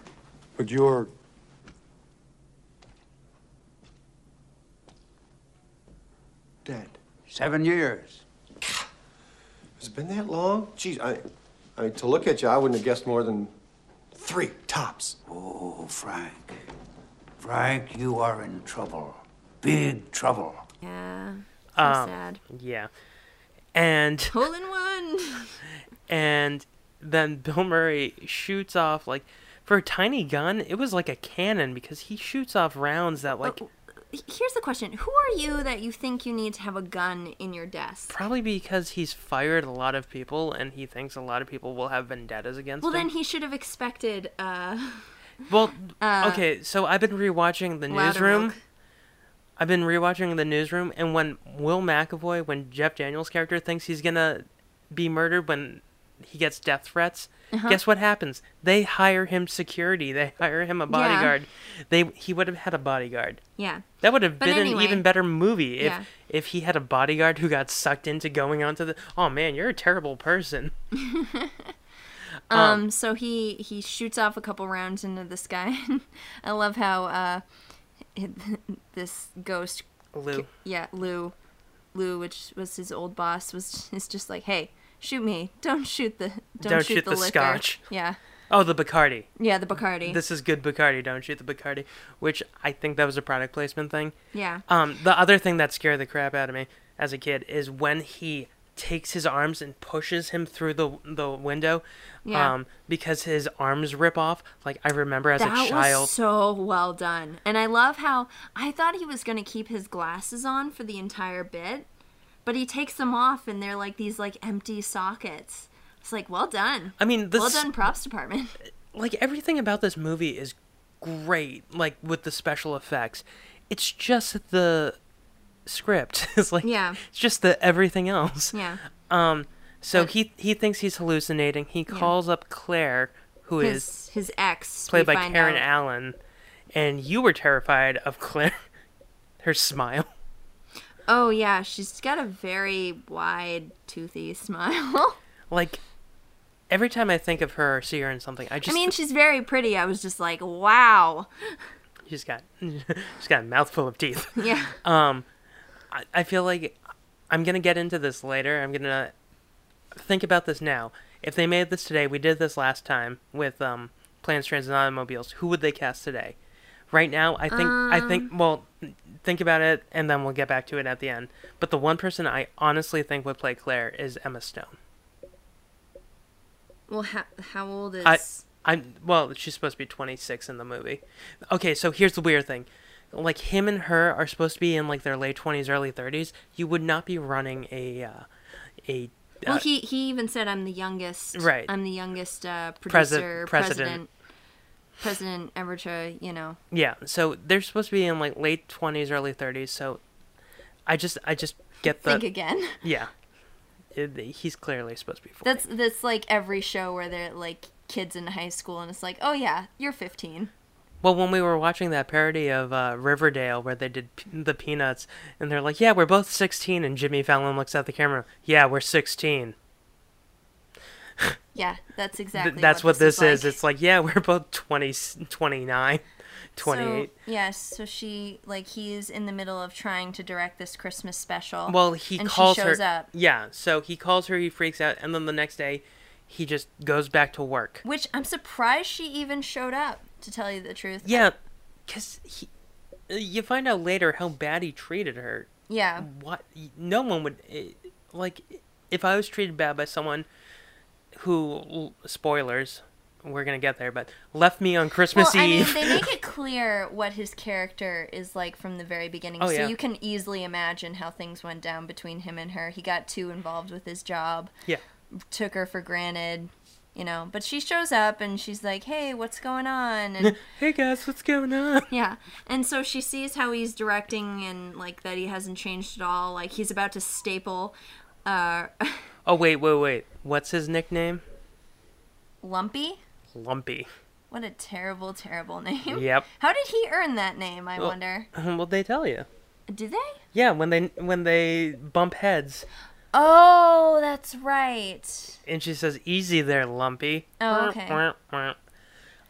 Speaker 4: But you're. dead.
Speaker 3: Seven years.
Speaker 4: Has it been that long? Geez, I, I mean, to look at you, I wouldn't have guessed more than three tops.
Speaker 3: Oh, Frank. Frank, you are in trouble. Big trouble.
Speaker 1: Yeah. So
Speaker 2: Um,
Speaker 1: sad.
Speaker 2: Yeah, and.
Speaker 1: Hole in one.
Speaker 2: and then Bill Murray shoots off like for a tiny gun, it was like a cannon because he shoots off rounds that like
Speaker 1: Here's the question: Who are you that you think you need to have a gun in your desk?
Speaker 2: probably because he's fired a lot of people and he thinks a lot of people will have vendettas against
Speaker 1: Well,
Speaker 2: him.
Speaker 1: then he should have expected. Uh,
Speaker 2: well, okay, so I've been rewatching the
Speaker 1: Loudermilk.
Speaker 2: newsroom. I've been rewatching the newsroom, and when Will McAvoy, when Jeff Daniels' character thinks he's gonna be murdered when he gets death threats,
Speaker 1: Uh-huh.
Speaker 2: guess what happens? They hire him security. They hire him a bodyguard. They he would have had a bodyguard.
Speaker 1: Yeah.
Speaker 2: That would have
Speaker 1: But
Speaker 2: been
Speaker 1: anyway.
Speaker 2: an even better movie if
Speaker 1: Yeah.
Speaker 2: if he had a bodyguard who got sucked into going onto the. Oh man, you're a terrible person.
Speaker 1: Um. So he he shoots off a couple rounds into the sky. <laughs> I love how uh, <laughs> this ghost.
Speaker 2: Lou.
Speaker 1: Yeah, Lou, Lou, which was his old boss, was is just like, hey, shoot me! Don't shoot the don't, shoot, the, liquor.
Speaker 2: scotch.
Speaker 1: Yeah.
Speaker 2: Oh, the Bacardi.
Speaker 1: Yeah, the Bacardi.
Speaker 2: This is good Bacardi. Don't shoot the Bacardi, which I think that was a product placement thing.
Speaker 1: yeah.
Speaker 2: Um, the other thing that scared the crap out of me as a kid is when he takes his arms and pushes him through the the window.
Speaker 1: Yeah.
Speaker 2: Um, because his arms rip off. Like I remember as
Speaker 1: that
Speaker 2: a child.
Speaker 1: was so well done and i love how i thought he was going to keep his glasses on for the entire bit but he takes them off and they're like these like empty sockets it's like well done
Speaker 2: I mean, this
Speaker 1: well done props department <laughs>
Speaker 2: like everything about this movie is great like with the special effects it's just the script <laughs> it's like
Speaker 1: Yeah.
Speaker 2: it's just the everything else
Speaker 1: yeah
Speaker 2: um so
Speaker 1: But-
Speaker 2: he he thinks he's hallucinating he calls up claire who is
Speaker 1: his his ex we
Speaker 2: played by
Speaker 1: find
Speaker 2: karen
Speaker 1: out.
Speaker 2: allen and you were terrified of Claire, <laughs> her smile. <laughs>
Speaker 1: Oh yeah, she's got a very wide, toothy smile. <laughs>
Speaker 2: Like every time I think of her or see her in something, I
Speaker 1: I
Speaker 2: just
Speaker 1: mean, she's very pretty. I was just like, wow.
Speaker 2: she's got <laughs> she's got a mouthful of teeth. <laughs>
Speaker 1: Yeah.
Speaker 2: Um, I, I feel like I'm gonna get into this later. I'm gonna think about this now. If they made this today, we did this last time with um, Plans, Transit, and Automobiles. Who would they cast today? Right now, I think I think well, think about it, and then we'll get back to it at the end. But the one person I honestly think would play Claire is Emma Stone.
Speaker 1: well, how, how old is?
Speaker 2: I, I'm well. She's supposed to be 26 in the movie. Okay, so here's the weird thing: like him and her are supposed to be in like their late 20s, early 30s. You would not be running a uh, a
Speaker 1: well,
Speaker 2: uh,
Speaker 1: he he even said I'm the youngest.
Speaker 2: Right.
Speaker 1: I'm the youngest uh,
Speaker 2: Presi-
Speaker 1: producer,
Speaker 2: president.
Speaker 1: president, president, Evercha. You know.
Speaker 2: yeah. So they're supposed to be in like late 20s, early 30s. So I just I just get the
Speaker 1: think again. <laughs>
Speaker 2: yeah. It- he's clearly supposed to be 40.
Speaker 1: That's that's like every show where they're like kids in high school, and it's like, oh yeah, you're 15.
Speaker 2: Well, when we were watching that parody of uh, Riverdale where they did p- the Peanuts, and they're like, "Yeah, we're both 16," and Jimmy Fallon looks at the camera, "Yeah, we're 16."
Speaker 1: Yeah, that's
Speaker 2: Th-
Speaker 1: exactly.
Speaker 2: that's what this is.
Speaker 1: like.
Speaker 2: It's like, yeah, <laughs> we're both 20, 29, 28.
Speaker 1: So, yes, so she like he is in the middle of trying to direct this Christmas special.
Speaker 2: well, he
Speaker 1: and
Speaker 2: calls
Speaker 1: she shows
Speaker 2: her.
Speaker 1: up,
Speaker 2: Yeah, so he calls her, he freaks out, and then the next day, he just goes back to work.
Speaker 1: which I'm surprised she even showed up. To tell you the truth,
Speaker 2: Yeah, because he. uh, You find out later how bad he treated her.
Speaker 1: yeah,
Speaker 2: What? No one would. eh, Like, if I was treated bad by someone who. Spoilers. We're going to get there, but left me on
Speaker 1: Well,
Speaker 2: Christmas
Speaker 1: I mean,
Speaker 2: Eve.
Speaker 1: they make it clear what his character is like from the very beginning,
Speaker 2: Oh,
Speaker 1: so
Speaker 2: yeah.
Speaker 1: you can easily imagine how things went down between him and her. He got too involved with his job,
Speaker 2: yeah.
Speaker 1: took her for granted, you know. But she shows up and she's like, "Hey, what's going on?" And
Speaker 2: <laughs> <laughs> Hey guys, what's going on?
Speaker 1: Yeah. And so she sees how he's directing and like that he hasn't changed at all. Like he's about to staple uh <laughs>
Speaker 2: Oh, wait, wait, wait. What's his nickname?
Speaker 1: Lumpy. <laughs>
Speaker 2: Lumpy.
Speaker 1: What a terrible, terrible name.
Speaker 2: Yep. <laughs>
Speaker 1: How did he earn that name, I
Speaker 2: Well-
Speaker 1: wonder?
Speaker 2: Well, they tell you.
Speaker 1: Do they?
Speaker 2: Yeah, when they when they bump heads,
Speaker 1: Oh, that's right.
Speaker 2: and she says, "Easy there, Lumpy."
Speaker 1: Oh, okay.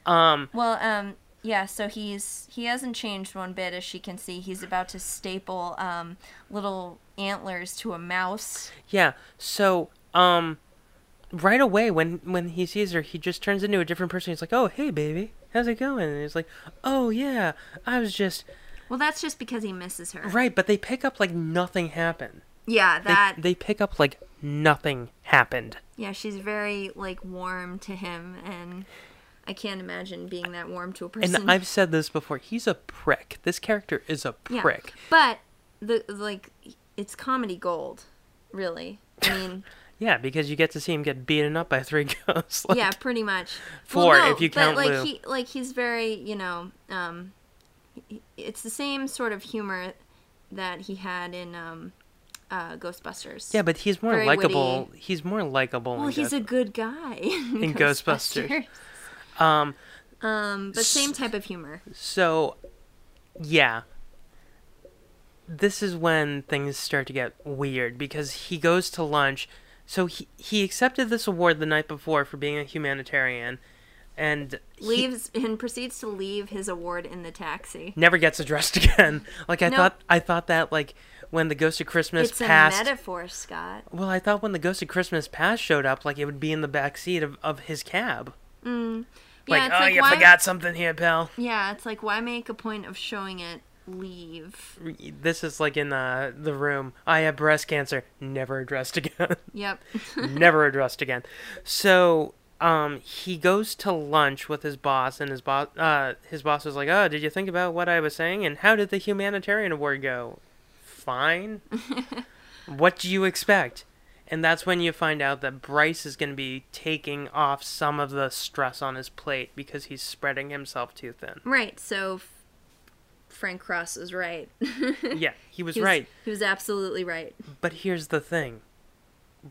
Speaker 2: Um,
Speaker 1: Well, um yeah, so he's he hasn't changed one bit as she can see. He's about to staple um little antlers to a mouse.
Speaker 2: yeah. So, um, right away when when he sees her, he just turns into a different person. He's like, "Oh, hey, baby, how's it going?" And he's like, "Oh yeah, I was just
Speaker 1: Well, that's just because he misses her.
Speaker 2: right." But they pick up like nothing happened.
Speaker 1: Yeah,
Speaker 2: They,
Speaker 1: that
Speaker 2: they pick up like nothing happened.
Speaker 1: Yeah, she's very like warm to him, and I can't imagine being that warm to a person.
Speaker 2: And I've said this before. He's a prick. This character is a
Speaker 1: yeah.
Speaker 2: prick.
Speaker 1: But the like, it's comedy gold, really. I mean,
Speaker 2: Yeah, because you get to see him get beaten up by three <laughs> ghosts. Like,
Speaker 1: yeah, pretty much.
Speaker 2: Four, if you count
Speaker 1: but, like
Speaker 2: Lou.
Speaker 1: he like he's very you know, um, he- it's the same sort of humor that he had in um, uh, Ghostbusters.
Speaker 2: Yeah, but he's more
Speaker 1: Very
Speaker 2: likable. He's more likable.
Speaker 1: well,
Speaker 2: in
Speaker 1: he's
Speaker 2: Ghost-
Speaker 1: a good guy <laughs> in,
Speaker 2: in Ghostbusters.
Speaker 1: Ghostbusters. Um, but same type of humor.
Speaker 2: so, yeah. This is when things start to get weird because he goes to lunch. So he he accepted this award the night before for being a humanitarian, and he
Speaker 1: leaves and proceeds to leave his award in the taxi.
Speaker 2: never gets addressed <laughs> again. Like I
Speaker 1: No.
Speaker 2: thought, I thought that like when the Ghost of Christmas
Speaker 1: It's
Speaker 2: passed.
Speaker 1: a metaphor, Scott.
Speaker 2: well, I thought when the Ghost of Christmas past showed up, like it would be in the back seat of of his cab.
Speaker 1: Yeah,
Speaker 2: like,
Speaker 1: it's
Speaker 2: oh,
Speaker 1: like
Speaker 2: you
Speaker 1: why,
Speaker 2: forgot something here, pal.
Speaker 1: Yeah, it's like why make a point of showing it leave?
Speaker 2: this is like in uh, the room. I have breast cancer. Never addressed
Speaker 1: <laughs>
Speaker 2: again.
Speaker 1: Yep.
Speaker 2: Never addressed again. So um, he goes to lunch with his boss, and his boss uh, his boss was like, "Oh, did you think about what I was saying? And how did the humanitarian award go?
Speaker 1: <laughs>
Speaker 2: Fine. what do you expect?" And that's when you find out that Bryce is going to be taking off some of the stress on his plate because he's spreading himself too thin.
Speaker 1: right. So F- Frank Cross was right. <laughs>
Speaker 2: Yeah, he was
Speaker 1: He was-
Speaker 2: right.
Speaker 1: He was absolutely right.
Speaker 2: But here's the thing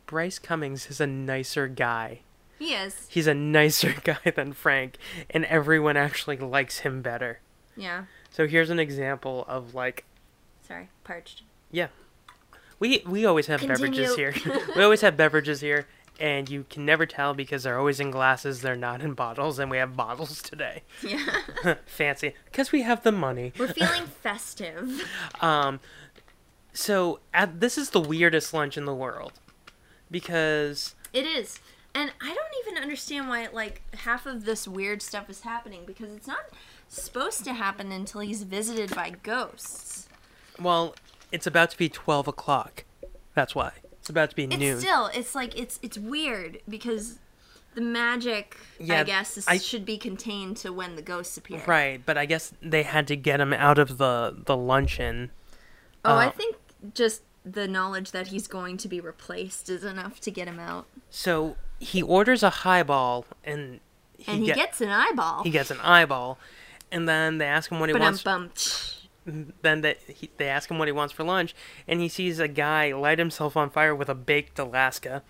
Speaker 2: Bryce Cummings is a nicer guy.
Speaker 1: He is.
Speaker 2: <laughs> He's a nicer guy than Frank, and everyone actually likes him better.
Speaker 1: Yeah.
Speaker 2: So here's an example of like
Speaker 1: Sorry, parched.
Speaker 2: we we always have beverages
Speaker 1: <laughs> Continue.
Speaker 2: here. we always have beverages here, and you can never tell because they're always in glasses. They're not in bottles, and we have bottles today.
Speaker 1: <laughs> Yeah.
Speaker 2: <laughs> Fancy, because we have the money.
Speaker 1: We're feeling <laughs> festive.
Speaker 2: Um, so at, this is the weirdest lunch in the world because
Speaker 1: It is. And I don't even understand why like half of this weird stuff is happening because it's not supposed to happen until he's visited by ghosts.
Speaker 2: well, it's about to be twelve o'clock. That's why it's about to be
Speaker 1: It's
Speaker 2: noon.
Speaker 1: still it's like it's it's weird because the magic I
Speaker 2: Yeah,
Speaker 1: guess is,
Speaker 2: I-
Speaker 1: should be contained to when the ghosts appear.
Speaker 2: Right, but I guess they had to get him out of the the luncheon.
Speaker 1: Oh, I
Speaker 2: Uh,
Speaker 1: think just the knowledge that he's going to be replaced is enough to get him out.
Speaker 2: So he orders a highball, and he,
Speaker 1: And he
Speaker 2: get-
Speaker 1: gets an eyeball.
Speaker 2: he gets an eyeball, and then they ask him what he
Speaker 1: but I'm
Speaker 2: wants.
Speaker 1: bummed. <laughs>
Speaker 2: Then they he, they ask him what he wants for lunch, and he sees a guy light himself on fire with a baked Alaska.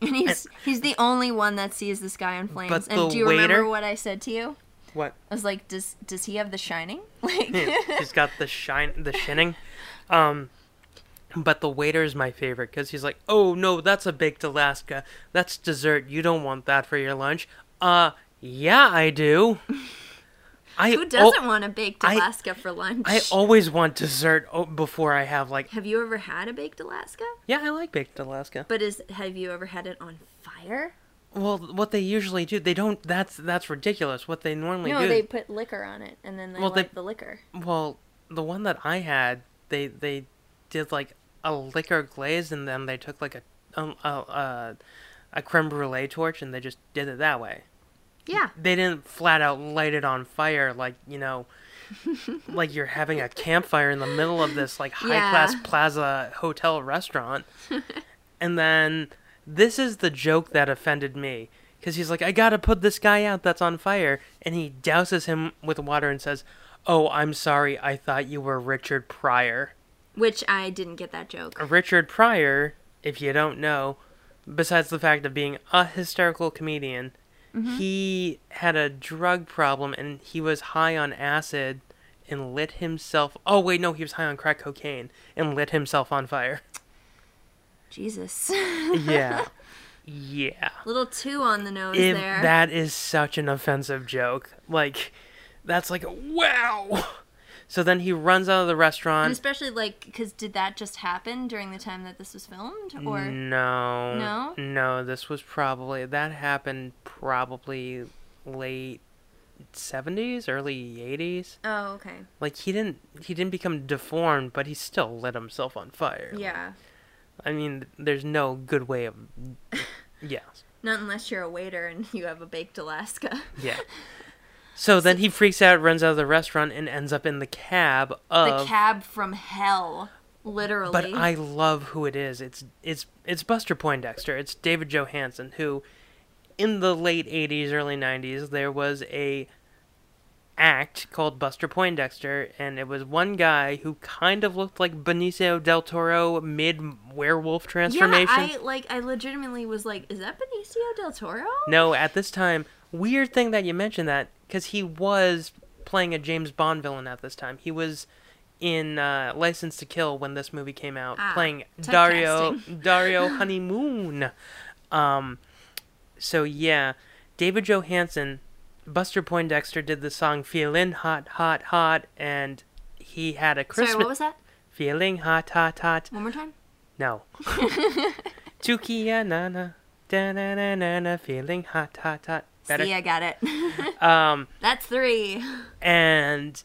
Speaker 1: And he's he's the only one that sees this guy in flames.
Speaker 2: But
Speaker 1: and
Speaker 2: the
Speaker 1: do you remember
Speaker 2: waiter-
Speaker 1: what I said to you?
Speaker 2: What?
Speaker 1: I was like, does does he have the shining? <laughs> Like
Speaker 2: he's got the shine, the shinning. Um, but the waiter is my favorite because he's like, "Oh no, that's a baked Alaska. That's dessert. You don't want that for your lunch." Uh, yeah, I do. I
Speaker 1: who
Speaker 2: al-
Speaker 1: doesn't want a baked
Speaker 2: oh, I-
Speaker 1: Alaska for lunch?
Speaker 2: I always want dessert o- before I have like.
Speaker 1: <laughs> have you ever had a baked Alaska?
Speaker 2: Yeah, I like baked Alaska.
Speaker 1: But is have you ever had it on fire?
Speaker 2: Well, what they usually do, they don't. That's that's ridiculous. What they normally
Speaker 1: no,
Speaker 2: do.
Speaker 1: they put liquor on it and then they
Speaker 2: Well, they-
Speaker 1: light the liquor.
Speaker 2: Well, the one that I had, they they did like a liquor glaze, and then they took like a um, a, a a creme brulee torch, and they just did it that way.
Speaker 1: Yeah.
Speaker 2: They didn't flat out light it on fire, like you know,
Speaker 1: <laughs>
Speaker 2: like you're having a campfire in the middle of this like high class
Speaker 1: Yeah.
Speaker 2: plaza hotel restaurant.
Speaker 1: <laughs>
Speaker 2: and then this is the joke that offended me because he's like, I gotta put this guy out that's on fire, and he douses him with water and says, "Oh, I'm sorry, I thought you were Richard Pryor."
Speaker 1: Which I didn't get that joke.
Speaker 2: Richard Pryor, if you don't know, besides the fact of being a hysterical comedian, he had a drug problem and he was high on acid and lit himself. Oh wait, no, he was high on crack cocaine and lit himself on fire.
Speaker 1: Jesus. <laughs>
Speaker 2: Yeah. yeah.
Speaker 1: Little two on the nose
Speaker 2: If
Speaker 1: there.
Speaker 2: that is such an offensive joke. Like that's like wow. So then he runs out of the
Speaker 1: And
Speaker 2: restaurant.
Speaker 1: especially like because did that just happen during the time that this was filmed or
Speaker 2: Mm. No.
Speaker 1: No?
Speaker 2: No, this was probably that happened probably late 70s, early 80s.
Speaker 1: oh okay
Speaker 2: Like he didn't he didn't become deformed, but he still lit himself on fire.
Speaker 1: yeah
Speaker 2: I mean, there's no good
Speaker 1: <laughs>
Speaker 2: way of Yeah.
Speaker 1: not unless you're a waiter and <laughs> you have a baked Alaska
Speaker 2: Yeah. So then he freaks out, runs out of the restaurant, and ends up in the cab of.
Speaker 1: the cab from hell literally
Speaker 2: But I love who it is. It's it's it's Buster Poindexter. It's David Johansen, who, in the late '80s, early '90s, there was a act called Buster Poindexter, and it was one guy who kind of looked like Benicio del Toro mid werewolf
Speaker 1: yeah
Speaker 2: transformation.
Speaker 1: I like I legitimately was like is that Benicio del Toro
Speaker 2: No, at this time, weird thing that you mentioned that because he was playing a James Bond villain at this time. He was in uh, License to Kill when this movie came out,
Speaker 1: Ah,
Speaker 2: playing
Speaker 1: typecasting.
Speaker 2: Dario
Speaker 1: <laughs>
Speaker 2: Dario Honeymoon. Um, so yeah, David Johansen, Buster Poindexter did the song "Feeling Hot, Hot, Hot," and he had a Christmas
Speaker 1: sorry what was that
Speaker 2: feeling hot, hot, hot.
Speaker 1: one more time <laughs>
Speaker 2: No. Tukia nana, da na na na na, feeling hot, hot, hot. Better.
Speaker 1: see I got it <laughs>
Speaker 2: Um,
Speaker 1: that's three
Speaker 2: and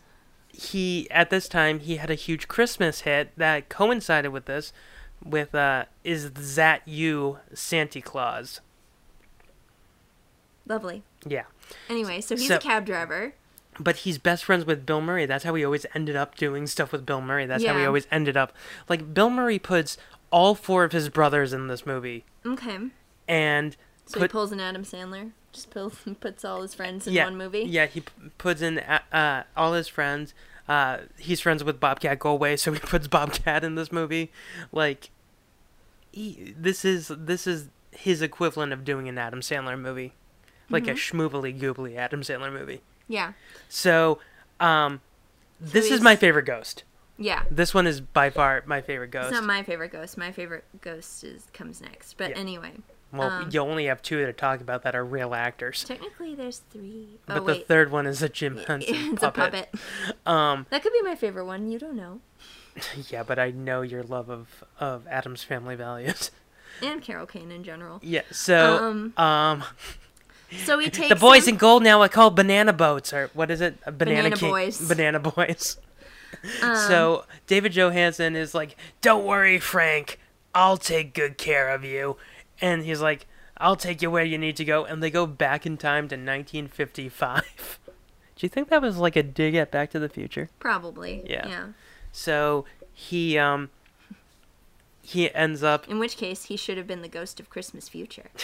Speaker 2: he at this time he had a huge Christmas hit that coincided with this, with uh, "Is That You, Santa Claus?"
Speaker 1: lovely
Speaker 2: Yeah,
Speaker 1: anyway so he's
Speaker 2: So-
Speaker 1: a cab driver
Speaker 2: but he's best friends with Bill Murray. That's how he always ended up doing stuff with Bill Murray. That's how he
Speaker 1: Yeah.
Speaker 2: always ended up. Like Bill Murray puts all four of his brothers in this movie,
Speaker 1: okay
Speaker 2: and
Speaker 1: so he
Speaker 2: put-
Speaker 1: pulls an Adam Sandler just pulls, <laughs> puts all his friends in one movie
Speaker 2: Yeah, he p- puts in uh, uh, all his friends. Uh, he's friends with Bobcat Goldway, so he <laughs> puts Bobcat in this movie. Like, he, this is this is his equivalent of doing an Adam Sandler
Speaker 1: Mm-hmm.
Speaker 2: movie, like a schmoobly goobly Adam Sandler movie.
Speaker 1: yeah
Speaker 2: So, um, This is
Speaker 1: Louise.
Speaker 2: my favorite ghost.
Speaker 1: Yeah.
Speaker 2: This one is by far my favorite ghost.
Speaker 1: It's not my favorite ghost. My favorite ghost is comes next. But
Speaker 2: Yeah.
Speaker 1: anyway,
Speaker 2: well,
Speaker 1: um,
Speaker 2: you only have two to talk about that are real actors.
Speaker 1: technically there's three. Oh
Speaker 2: But the
Speaker 1: wait,
Speaker 2: third one is a Jim
Speaker 1: <laughs>
Speaker 2: Henson
Speaker 1: it's
Speaker 2: puppet.
Speaker 1: a puppet. Um, that could be my favorite one. You don't know.
Speaker 2: Yeah, but I know your love of of Adam's Family Values. <laughs>
Speaker 1: And Carol Kane in general.
Speaker 2: yeah. So um,
Speaker 1: So he
Speaker 2: <laughs>
Speaker 1: takes
Speaker 2: the boys
Speaker 1: him-
Speaker 2: in gold now are called banana boats or what is it? A Banana,
Speaker 1: Banana
Speaker 2: King-
Speaker 1: Boys.
Speaker 2: <laughs>
Speaker 1: Um,
Speaker 2: Banana boys. so David Johansen is like, "Don't worry, Frank. I'll take good care of you." And he's like, "I'll take you where you need to go." And they go back in time to 1955. <laughs> Do you think that was like a dig at Back to the Future?
Speaker 1: probably.
Speaker 2: Yeah.
Speaker 1: Yeah.
Speaker 2: So he um he ends up
Speaker 1: In which case, he should have been the ghost of Christmas future.
Speaker 2: <laughs>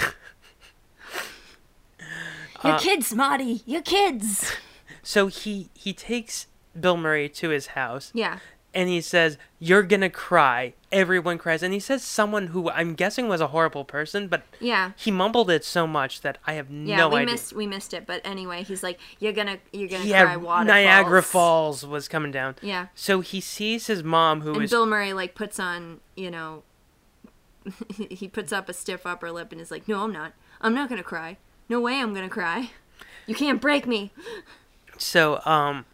Speaker 1: Your
Speaker 2: Uh,
Speaker 1: kids, Marty. Your kids.
Speaker 2: so he he takes Bill Murray to his house
Speaker 1: Yeah.
Speaker 2: and he says, "You're gonna cry." Everyone cries, and he says, "Someone who I'm guessing was a horrible person, but
Speaker 1: Yeah.
Speaker 2: he mumbled it so much that I have
Speaker 1: Yeah,
Speaker 2: no
Speaker 1: we
Speaker 2: idea."
Speaker 1: missed we missed it, but anyway, he's like, "You're gonna, you're gonna
Speaker 2: yeah,
Speaker 1: cry waterfalls."
Speaker 2: Niagara Falls was coming down.
Speaker 1: Yeah.
Speaker 2: So he sees his mom, who is
Speaker 1: And Bill Murray like puts on, you know, <laughs> he puts up a stiff upper lip and is like, "No, I'm not. I'm not gonna cry. No way, I'm gonna cry. You can't break me."
Speaker 2: so um,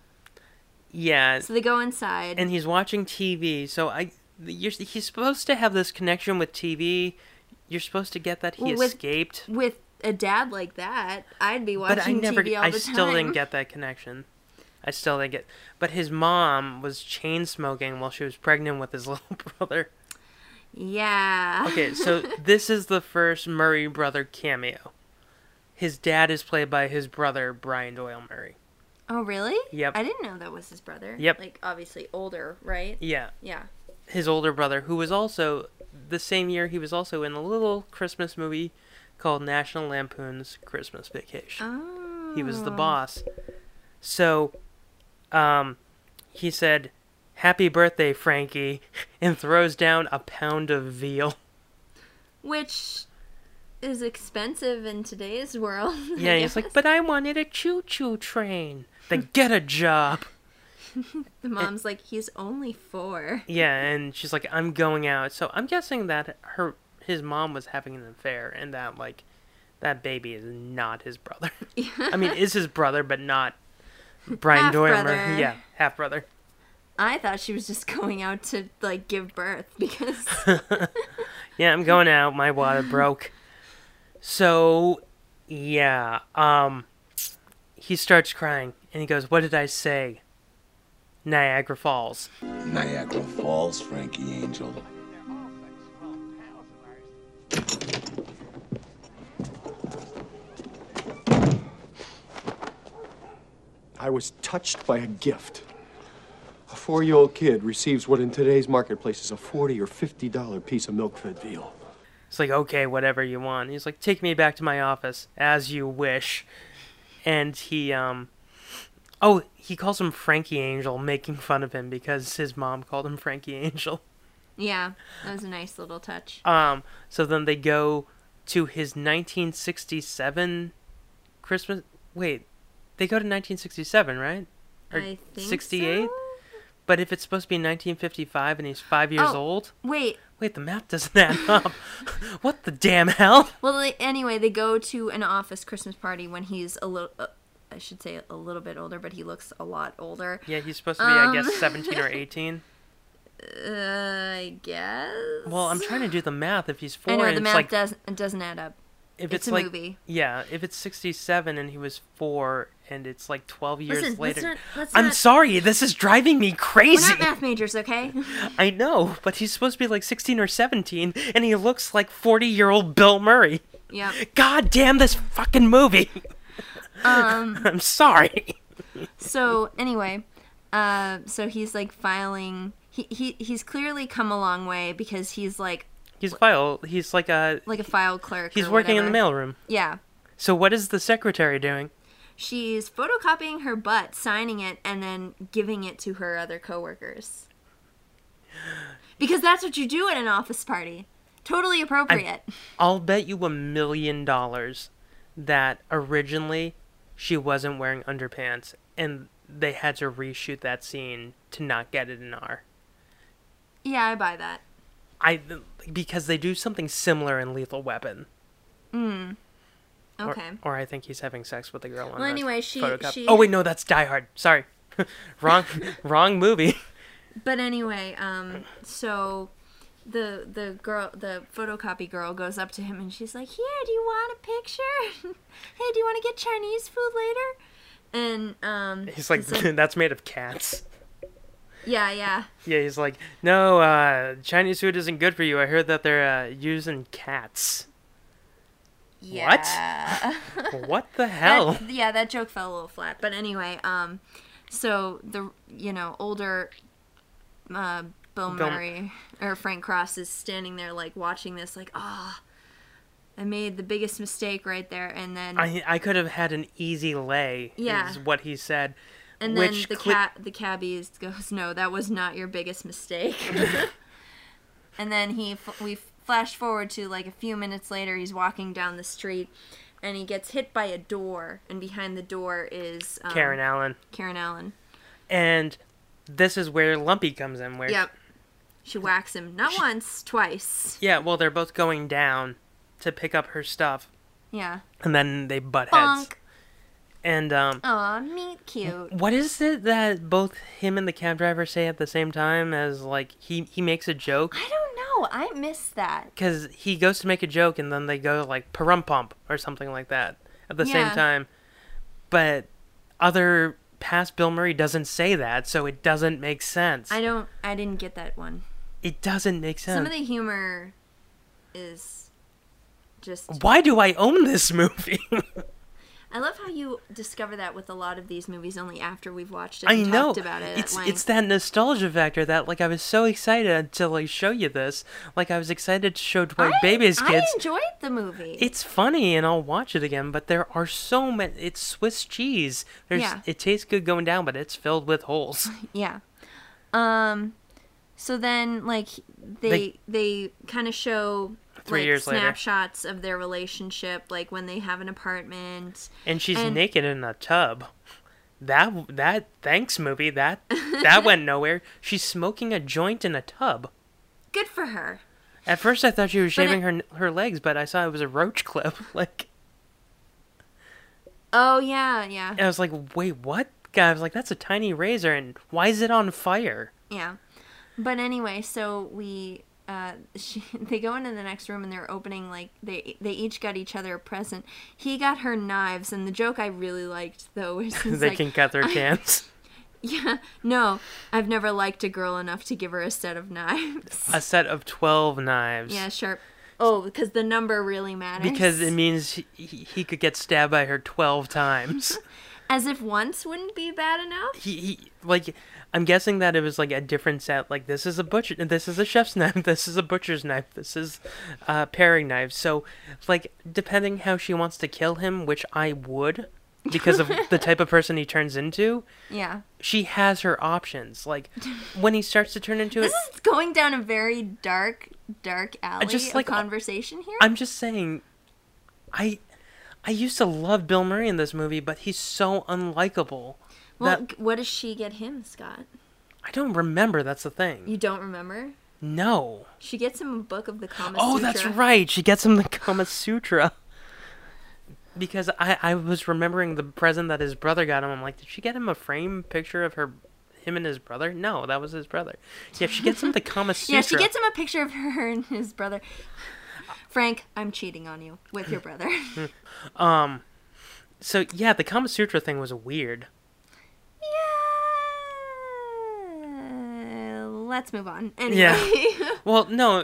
Speaker 2: yeah,
Speaker 1: So they go inside.
Speaker 2: and he's watching TV. So I, you're, he's supposed to have this connection with TV. You're supposed to get that he
Speaker 1: Well, with-
Speaker 2: escaped,
Speaker 1: with a dad like that, I'd be watching
Speaker 2: but I never,
Speaker 1: TV all
Speaker 2: I
Speaker 1: the
Speaker 2: still
Speaker 1: time.
Speaker 2: didn't get that connection. I still didn't get. But his mom was chain smoking while she was pregnant with his <laughs> little brother.
Speaker 1: Yeah.
Speaker 2: Okay, so <laughs> this is the first Murray brother cameo. His dad is played by his brother Brian Doyle Murray.
Speaker 1: Oh, really?
Speaker 2: Yep.
Speaker 1: I didn't know that was his brother.
Speaker 2: Yep.
Speaker 1: Like obviously older, right?
Speaker 2: Yeah,
Speaker 1: Yeah.
Speaker 2: his older brother, who was also the same year he was also in a little Christmas movie called National Lampoon's Christmas Vacation.
Speaker 1: Oh.
Speaker 2: He was the boss. So, um, he said, "Happy birthday, Frankie," <laughs> and throws down a pound of veal.
Speaker 1: Which is expensive in today's world. I <laughs>
Speaker 2: Yeah, he's like,
Speaker 1: guess.
Speaker 2: "But I wanted a choo-choo train." Then get a job.
Speaker 1: the mom's like, he's only four.
Speaker 2: Yeah, and she's like, "I'm going out." So I'm guessing that her his mom was having an affair, and that like that baby is not his brother. I mean, is his brother, but not Brian Doyle. Murray.
Speaker 1: Half-brother.
Speaker 2: Yeah, half brother.
Speaker 1: I thought she was just <laughs> going out to like give birth
Speaker 2: <laughs>
Speaker 1: because
Speaker 2: Yeah, I'm going out. My water broke. So, yeah, um, he starts crying, and he goes, "What did I say?" Niagara Falls.
Speaker 4: Niagara Falls, Frankie Angel.
Speaker 7: I was touched by a gift. A four-year-old kid receives what in today's marketplace is a 40 or 50 dollar piece of milk-fed veal.
Speaker 2: It's like, okay, whatever you want. He's like, take me back to my office as you wish. And he, um, oh, he calls him Frankie Angel, making fun of him because his mom called him Frankie Angel.
Speaker 1: yeah, that was a nice little touch.
Speaker 2: Um, so then they go to his 1967 Christmas. Wait, they go to 1967, right? Or
Speaker 1: I think
Speaker 2: 68?
Speaker 1: so?
Speaker 2: But if it's supposed to be 1955 and he's five years
Speaker 1: Oh.
Speaker 2: old,
Speaker 1: Wait,
Speaker 2: wait, the math doesn't add up. <laughs> what the damn hell?
Speaker 1: Well, they, anyway, they go to an office Christmas party when he's a little, uh, I should say a little bit older, but he looks a lot older.
Speaker 2: Yeah, he's supposed to be, I
Speaker 1: Um.
Speaker 2: guess, 17 or 18.
Speaker 1: Uh, I guess.
Speaker 2: Well, I'm trying to do the math. If he's four,
Speaker 1: I know
Speaker 2: and
Speaker 1: the
Speaker 2: it's
Speaker 1: math
Speaker 2: like
Speaker 1: doesn't it doesn't add up.
Speaker 2: if
Speaker 1: it's
Speaker 2: it's,
Speaker 1: a
Speaker 2: like
Speaker 1: movie.
Speaker 2: yeah, if it's 67 and he was four, and it's like 12 years
Speaker 1: Listen, let's
Speaker 2: later.
Speaker 1: not- let's
Speaker 2: I'm
Speaker 1: not-
Speaker 2: sorry, this is driving me
Speaker 1: We're
Speaker 2: crazy.
Speaker 1: not math
Speaker 2: <laughs>
Speaker 1: majors, okay? <laughs>
Speaker 2: I know, but he's supposed to be like 16 or 17, and he looks like 40 year old Bill Murray.
Speaker 1: yep.
Speaker 2: God damn this fucking movie. Um, <laughs> I'm sorry.
Speaker 1: So anyway, uh, so he's like filing. He, he he's clearly come a long way because he's like
Speaker 2: He's file. He's like a.
Speaker 1: like a file clerk.
Speaker 2: He's
Speaker 1: or
Speaker 2: working in the
Speaker 1: whatever.
Speaker 2: mailroom.
Speaker 1: Yeah.
Speaker 2: So what is the secretary doing?
Speaker 1: She's photocopying her butt, signing it, and then giving it to her other coworkers. Because that's what you do at an office party. Totally appropriate.
Speaker 2: I'll bet you a million dollars that originally she wasn't wearing underpants and they had to reshoot that scene to not get it in R.
Speaker 1: Yeah, I buy that.
Speaker 2: I because they do something similar in Lethal Weapon. Or-
Speaker 1: Okay.
Speaker 2: Or, I think he's having sex with a girl on.
Speaker 1: Well,
Speaker 2: the
Speaker 1: anyway, she-
Speaker 2: photocop-
Speaker 1: she-
Speaker 2: Oh wait, no, that's Die Hard. Sorry, <laughs>
Speaker 1: <laughs>
Speaker 2: wrong, wrong movie.
Speaker 1: But anyway, um, so the the girl, the photocopy girl, goes up to him and she's like, "Here, do you want a picture? <laughs> hey, do you want to get Chinese food later?" And um,
Speaker 2: He's like, <laughs> that's made of cats.
Speaker 1: "Yeah, yeah,
Speaker 2: Yeah, he's like, no, uh, Chinese food isn't good for you. I heard that they're uh, using
Speaker 1: <laughs>
Speaker 2: cats.
Speaker 1: yeah." What?
Speaker 2: What the hell?
Speaker 1: That- yeah, that joke fell a little flat. But anyway, um, so the you know older, uh, Bill,
Speaker 2: Bill-
Speaker 1: Murray or Frank Cross is standing there like watching this, like ah. I made the biggest mistake right there, and then
Speaker 2: I I could have had an easy lay.
Speaker 1: Yeah.
Speaker 2: is what he said.
Speaker 1: and then
Speaker 2: which
Speaker 1: the
Speaker 2: cle-
Speaker 1: cat the cabbie is, goes, "No, that was not your
Speaker 2: <laughs>
Speaker 1: biggest mistake." <laughs> and then he f- we flash forward to like a few minutes later. He's walking down the street, and he gets hit by a door, and behind the door is um,
Speaker 2: Karen Allen,
Speaker 1: Karen Allen.
Speaker 2: and this is where Lumpy comes in. Where
Speaker 1: Yep. She whacks him not once, twice.
Speaker 2: yeah, well, they're both going down to pick up her stuff,
Speaker 1: Yeah.
Speaker 2: and then they butt heads.
Speaker 1: Bonk.
Speaker 2: And um,
Speaker 1: Aw, meet cute.
Speaker 2: what is it that both him and the cab driver say at the same time? As like he he makes a joke
Speaker 1: I don't know. I miss that.
Speaker 2: because he goes to make a joke, and then they go like perum pump or something like that at the
Speaker 1: Yeah.
Speaker 2: same time. But other past Bill Murray doesn't say that, so it doesn't make sense.
Speaker 1: I don't. I didn't get that one.
Speaker 2: It doesn't make sense.
Speaker 1: Some of the humor is just.
Speaker 2: Why do I own this movie? <laughs>
Speaker 1: I love how you discover that with a lot of these movies only after we've watched it.
Speaker 2: I
Speaker 1: and
Speaker 2: know
Speaker 1: Talked about it. at
Speaker 2: It's it's
Speaker 1: length.
Speaker 2: that nostalgia factor that like I was so excited until I show you this. Like I was excited to show Dwight
Speaker 1: I-
Speaker 2: Baby's kids.
Speaker 1: I enjoyed the movie.
Speaker 2: it's funny and I'll watch it again, but there are so many it's Swiss cheese. There's
Speaker 1: Yeah.
Speaker 2: it tastes good going down, but it's filled with
Speaker 1: <laughs>
Speaker 2: holes.
Speaker 1: Yeah. Um so then like they they, kind of show
Speaker 2: Three
Speaker 1: like,
Speaker 2: years later.
Speaker 1: snapshots of their relationship like when they have an apartment.
Speaker 2: And she's
Speaker 1: And-
Speaker 2: naked in a tub. That that thanks movie that that
Speaker 1: <laughs>
Speaker 2: went nowhere. She's smoking a joint in a tub.
Speaker 1: Good for her.
Speaker 2: At first, I thought she was
Speaker 1: But
Speaker 2: shaving
Speaker 1: it-
Speaker 2: her her legs, but I saw it was a roach clip. <laughs> Like
Speaker 1: Oh yeah, yeah.
Speaker 2: I was like, wait, what? Guy, I was like, that's a tiny razor, and why is it on fire?
Speaker 1: Yeah. But anyway, so we uh <laughs> she, they go into the next room and they're opening like they they each got each other a present. He got her knives and the joke I really liked though <laughs> is he's
Speaker 2: they
Speaker 1: like,
Speaker 2: can cut
Speaker 1: <laughs>
Speaker 2: their
Speaker 1: I-
Speaker 2: cans.
Speaker 1: Yeah. No, I've never liked a girl enough to give her a set of knives.
Speaker 2: a set of twelve knives.
Speaker 1: Yeah, sharp. Oh, because the number really matters.
Speaker 2: Because it means he, he he could get stabbed by her twelve times.
Speaker 1: as if once wouldn't be bad enough.
Speaker 2: he, he like I'm guessing that it was like a different set. Like this is a butcher, this is a chef's <laughs> knife, this is a butcher's knife, this is a paring knife. So, like depending how she wants to kill him, which I would, because of the type of person he turns into,
Speaker 1: Yeah,
Speaker 2: she has her options. Like when he starts to turn into it,
Speaker 1: this is going down a very dark, dark alley
Speaker 2: just
Speaker 1: of
Speaker 2: like-
Speaker 1: conversation here.
Speaker 2: I'm just saying, I I used to love Bill Murray in this movie, but he's so unlikable.
Speaker 1: well,
Speaker 2: that-
Speaker 1: g- what does she get him, Scott?
Speaker 2: I don't remember. That's the thing.
Speaker 1: You don't remember?
Speaker 2: No.
Speaker 1: She gets him a book of the Kama
Speaker 2: Oh, that's
Speaker 1: Sutra.
Speaker 2: right. She gets him the Kama Sutra. Because I, I was remembering the present that his brother got him. I'm like, did she get him a frame picture of her, him and his brother? No, that was his brother. Yeah, she gets him the Kama Sutra.
Speaker 1: <laughs> Yeah, she gets him a picture of her <laughs> and his brother. Frank, I'm cheating on you with your
Speaker 2: <laughs>
Speaker 1: brother. <laughs>
Speaker 2: So yeah, the Kama Sutra thing was weird.
Speaker 1: yeah. Let's move on. Anyway. <laughs>
Speaker 2: Well, no, uh,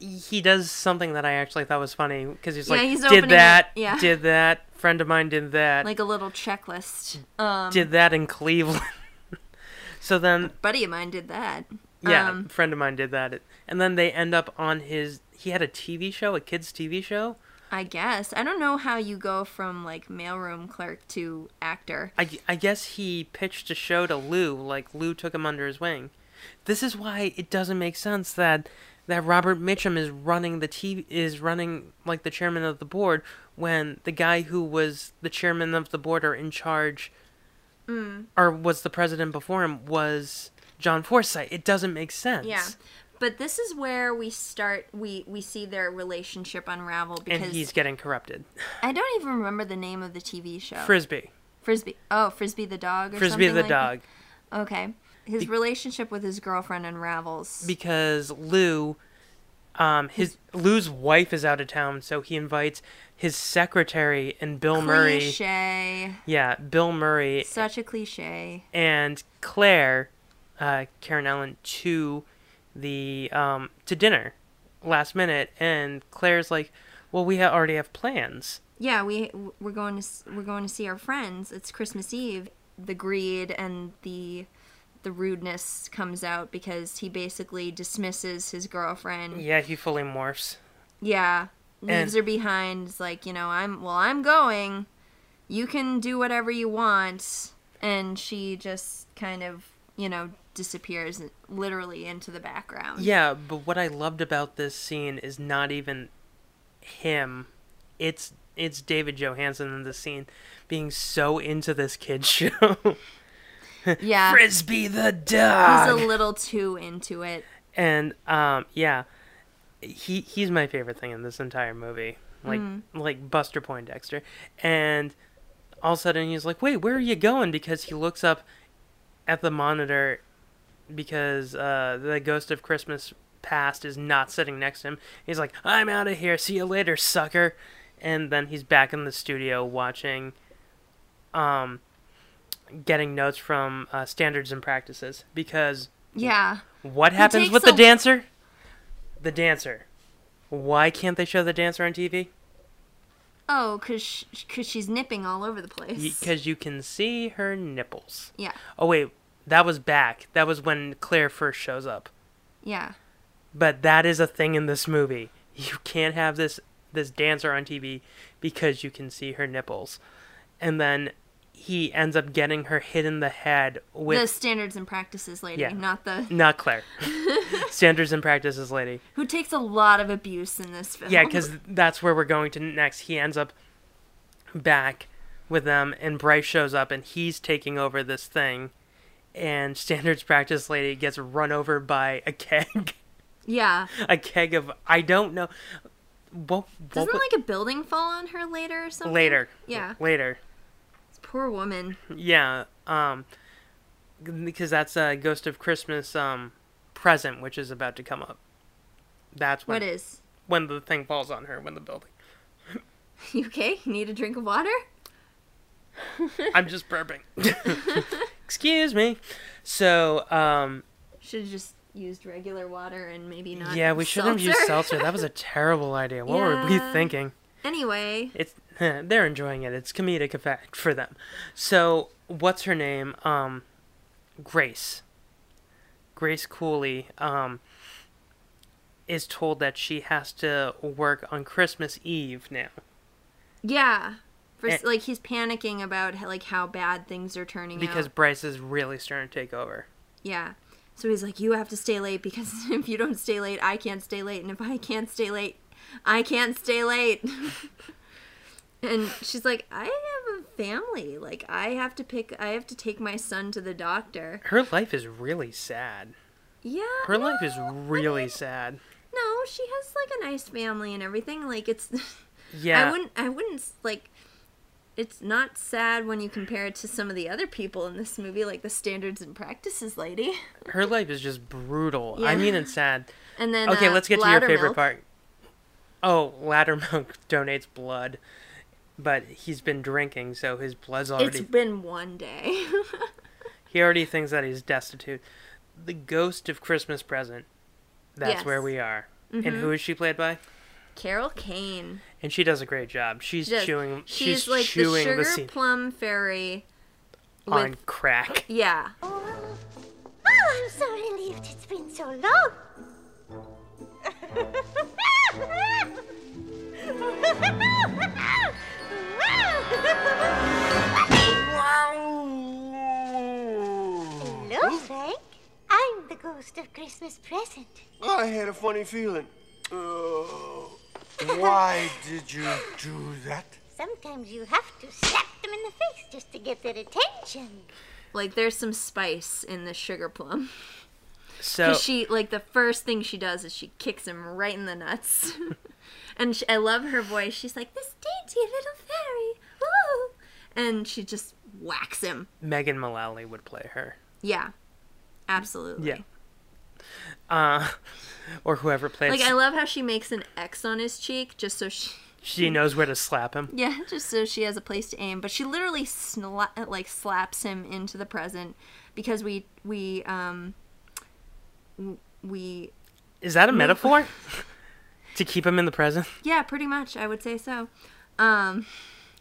Speaker 2: he does something that I actually thought was funny because he's
Speaker 1: Yeah,
Speaker 2: like,
Speaker 1: he's
Speaker 2: did
Speaker 1: opening
Speaker 2: that,
Speaker 1: it. Yeah.
Speaker 2: did that. Friend of mine did that.
Speaker 1: like a little checklist. Um,
Speaker 2: did that in Cleveland. <laughs> so then
Speaker 1: buddy of mine did that.
Speaker 2: Yeah,
Speaker 1: Um,
Speaker 2: a friend of mine did that. And then they end up on his. He had a TV show, a kids' TV show.
Speaker 1: I guess I don't know how you go from like mailroom clerk to actor.
Speaker 2: I, I guess he pitched a show to Lou. Like Lou took him under his wing. This is why it doesn't make sense that that Robert Mitchum is running the TV is running like the chairman of the board when the guy who was the chairman of the board or in charge
Speaker 1: Mm.
Speaker 2: or was the president before him was John Forsythe. It doesn't make sense.
Speaker 1: Yeah. But this is where we start we we see their relationship unravel
Speaker 2: And
Speaker 1: because
Speaker 2: he's getting corrupted.
Speaker 1: I don't even remember the name of the TV show.
Speaker 2: Frisbee.
Speaker 1: Frisbee. Oh, Frisbee the dog Oh. or
Speaker 2: Frisbee
Speaker 1: something
Speaker 2: the
Speaker 1: like that?
Speaker 2: dog.
Speaker 1: Okay. His relationship with his girlfriend unravels.
Speaker 2: because Lou, um, his Lou's wife is out of town, so he invites his secretary and Bill Murray.
Speaker 1: Cliche.
Speaker 2: Yeah, Bill Murray
Speaker 1: Such a cliche.
Speaker 2: and Claire, uh, Karen Allen to the um, to dinner last minute, and Claire's like, "Well, we ha- already have plans."
Speaker 1: Yeah, we we're going to s- we're going to see our friends. It's Christmas Eve. The greed and the the rudeness comes out because he basically dismisses his girlfriend.
Speaker 2: Yeah, he fully morphs.
Speaker 1: Yeah.
Speaker 2: And-
Speaker 1: Leaves her behind. It's like, you know, I'm, well, I'm going. You can do whatever you want. And she just kind of, you know, disappears literally into the background.
Speaker 2: Yeah, but what I loved about this scene is not even him. It's it's David Johansen in the scene being so into this kid <laughs> show.
Speaker 1: Yeah.
Speaker 2: Frisbee the
Speaker 1: He's a
Speaker 2: dog.
Speaker 1: little too into it.
Speaker 2: and um yeah, he he's my favorite thing in this entire movie. Like like Buster Poindexter. And all of a sudden he's like, "Wait, where are you going?" because he looks up at the monitor because uh, the ghost of Christmas past is not sitting next to him. He's like, I'm out of here. See you later, sucker. And then he's back in the studio watching, um, getting notes from uh, standards and practices. Because
Speaker 1: Yeah.
Speaker 2: what happens
Speaker 1: takes
Speaker 2: with the
Speaker 1: a-
Speaker 2: dancer? The dancer. Why can't they show the dancer on TV?
Speaker 1: Oh, because she's nipping all over the place.
Speaker 2: Because you can see her nipples.
Speaker 1: yeah.
Speaker 2: Oh, wait. That was back. That was when Claire first shows up.
Speaker 1: Yeah.
Speaker 2: but that is a thing in this movie. You can't have this this dancer on TV because you can see her nipples, and then he ends up getting her hit in the head
Speaker 1: the
Speaker 2: with
Speaker 1: standards and practices lady,
Speaker 2: Yeah.
Speaker 1: not the.
Speaker 2: not
Speaker 1: <laughs>
Speaker 2: Claire, standards and practices lady.
Speaker 1: Who takes a lot of abuse in this film. <laughs>
Speaker 2: Yeah, because that's where we're going to next. He ends up back with them, and Bryce shows up, and he's taking over this thing, and standards practice lady gets run over by a keg, <laughs>
Speaker 1: Yeah.
Speaker 2: a keg of I don't know. What, what
Speaker 1: Doesn't
Speaker 2: wa-
Speaker 1: like a building fall on her later or
Speaker 2: <laughs>
Speaker 1: something?
Speaker 2: later.
Speaker 1: Yeah.
Speaker 2: Later.
Speaker 1: Poor woman.
Speaker 2: Yeah. Um, because that's uh, Ghost of Christmas um, present, which is about to come up. That's when
Speaker 1: What is? <laughs>
Speaker 2: when the thing falls on her when the building.
Speaker 1: You okay? You need a drink of water?
Speaker 2: I'm just burping. <laughs> Excuse me. So um,
Speaker 1: Should have just used regular water and maybe not.
Speaker 2: yeah, we should have used
Speaker 1: seltzer.
Speaker 2: seltzer. That was a terrible idea. What were we
Speaker 1: Yeah.
Speaker 2: thinking?
Speaker 1: anyway,
Speaker 2: It's <laughs> they're enjoying it. It's comedic effect for them. So what's her name? Um, Grace. Grace Cooley um, is told that she has to work on Christmas Eve now.
Speaker 1: yeah. For, s
Speaker 2: Eh.
Speaker 1: like he's panicking about h- like how bad things are turning
Speaker 2: Because
Speaker 1: out.
Speaker 2: Bryce is really starting to take over.
Speaker 1: Yeah. So he's like, you have to stay late because <laughs> if you don't stay late, I can't stay late, and if I can't stay late, I can't stay late. <laughs> and she's like, I have a family. Like I have to pick. I have to take my son to the doctor.
Speaker 2: Her life is really sad.
Speaker 1: Yeah.
Speaker 2: Her life is
Speaker 1: no, I
Speaker 2: really
Speaker 1: mean,
Speaker 2: sad.
Speaker 1: No, she has like a nice family and everything. Like it's <laughs>
Speaker 2: Yeah.
Speaker 1: I wouldn't I wouldn't like it's not sad when you compare it to some of the other people in this movie like the standards and practices lady. <laughs>
Speaker 2: Her life is just brutal.
Speaker 1: Yeah.
Speaker 2: I mean, it's sad.
Speaker 1: And then
Speaker 2: Okay,
Speaker 1: uh,
Speaker 2: let's get to your favorite
Speaker 1: Loudermilk.
Speaker 2: part. Oh, Lattermilk <laughs> donates blood, but he's been drinking, so his blood's already.
Speaker 1: It's been one day. <laughs>
Speaker 2: He already thinks that he's destitute. The ghost of Christmas present. That's
Speaker 1: Yes. Mm-hmm.
Speaker 2: where we are. And who is she played by?
Speaker 1: Carol Kane.
Speaker 2: And she does a great job. She's
Speaker 1: Just-
Speaker 2: chewing.
Speaker 1: she's,
Speaker 2: She's,
Speaker 1: like
Speaker 2: chewing
Speaker 1: the
Speaker 2: the,
Speaker 1: sugar
Speaker 2: scene
Speaker 1: plum fairy
Speaker 2: on
Speaker 1: with
Speaker 2: crack.
Speaker 1: <laughs> yeah.
Speaker 5: Oh, I'm so relieved it's been so long. Hello, Frank. I'm the ghost of Christmas present.
Speaker 4: I had a funny feeling. Uh, why did you do that?
Speaker 5: Sometimes you have to slap them in the face just to get their attention.
Speaker 1: Like there's some spice in the sugar plum.
Speaker 2: So
Speaker 1: Cause she like the first thing she does is she kicks him right in the nuts, <laughs> and she, I love her voice. She's like this dainty little fairy, woo, and she just whacks him.
Speaker 2: Megan Mullally would play her.
Speaker 1: Yeah, absolutely.
Speaker 2: Yeah. Uh, <laughs> or whoever plays.
Speaker 1: Like I love how she makes an X on his cheek just so she
Speaker 2: she knows where to slap him.
Speaker 1: yeah just so she has a place to aim. But she literally sla- like slaps him into the present because we we um w- we
Speaker 2: Is that a <laughs> metaphor? to keep him in the present?
Speaker 1: yeah pretty much I would say so. Um,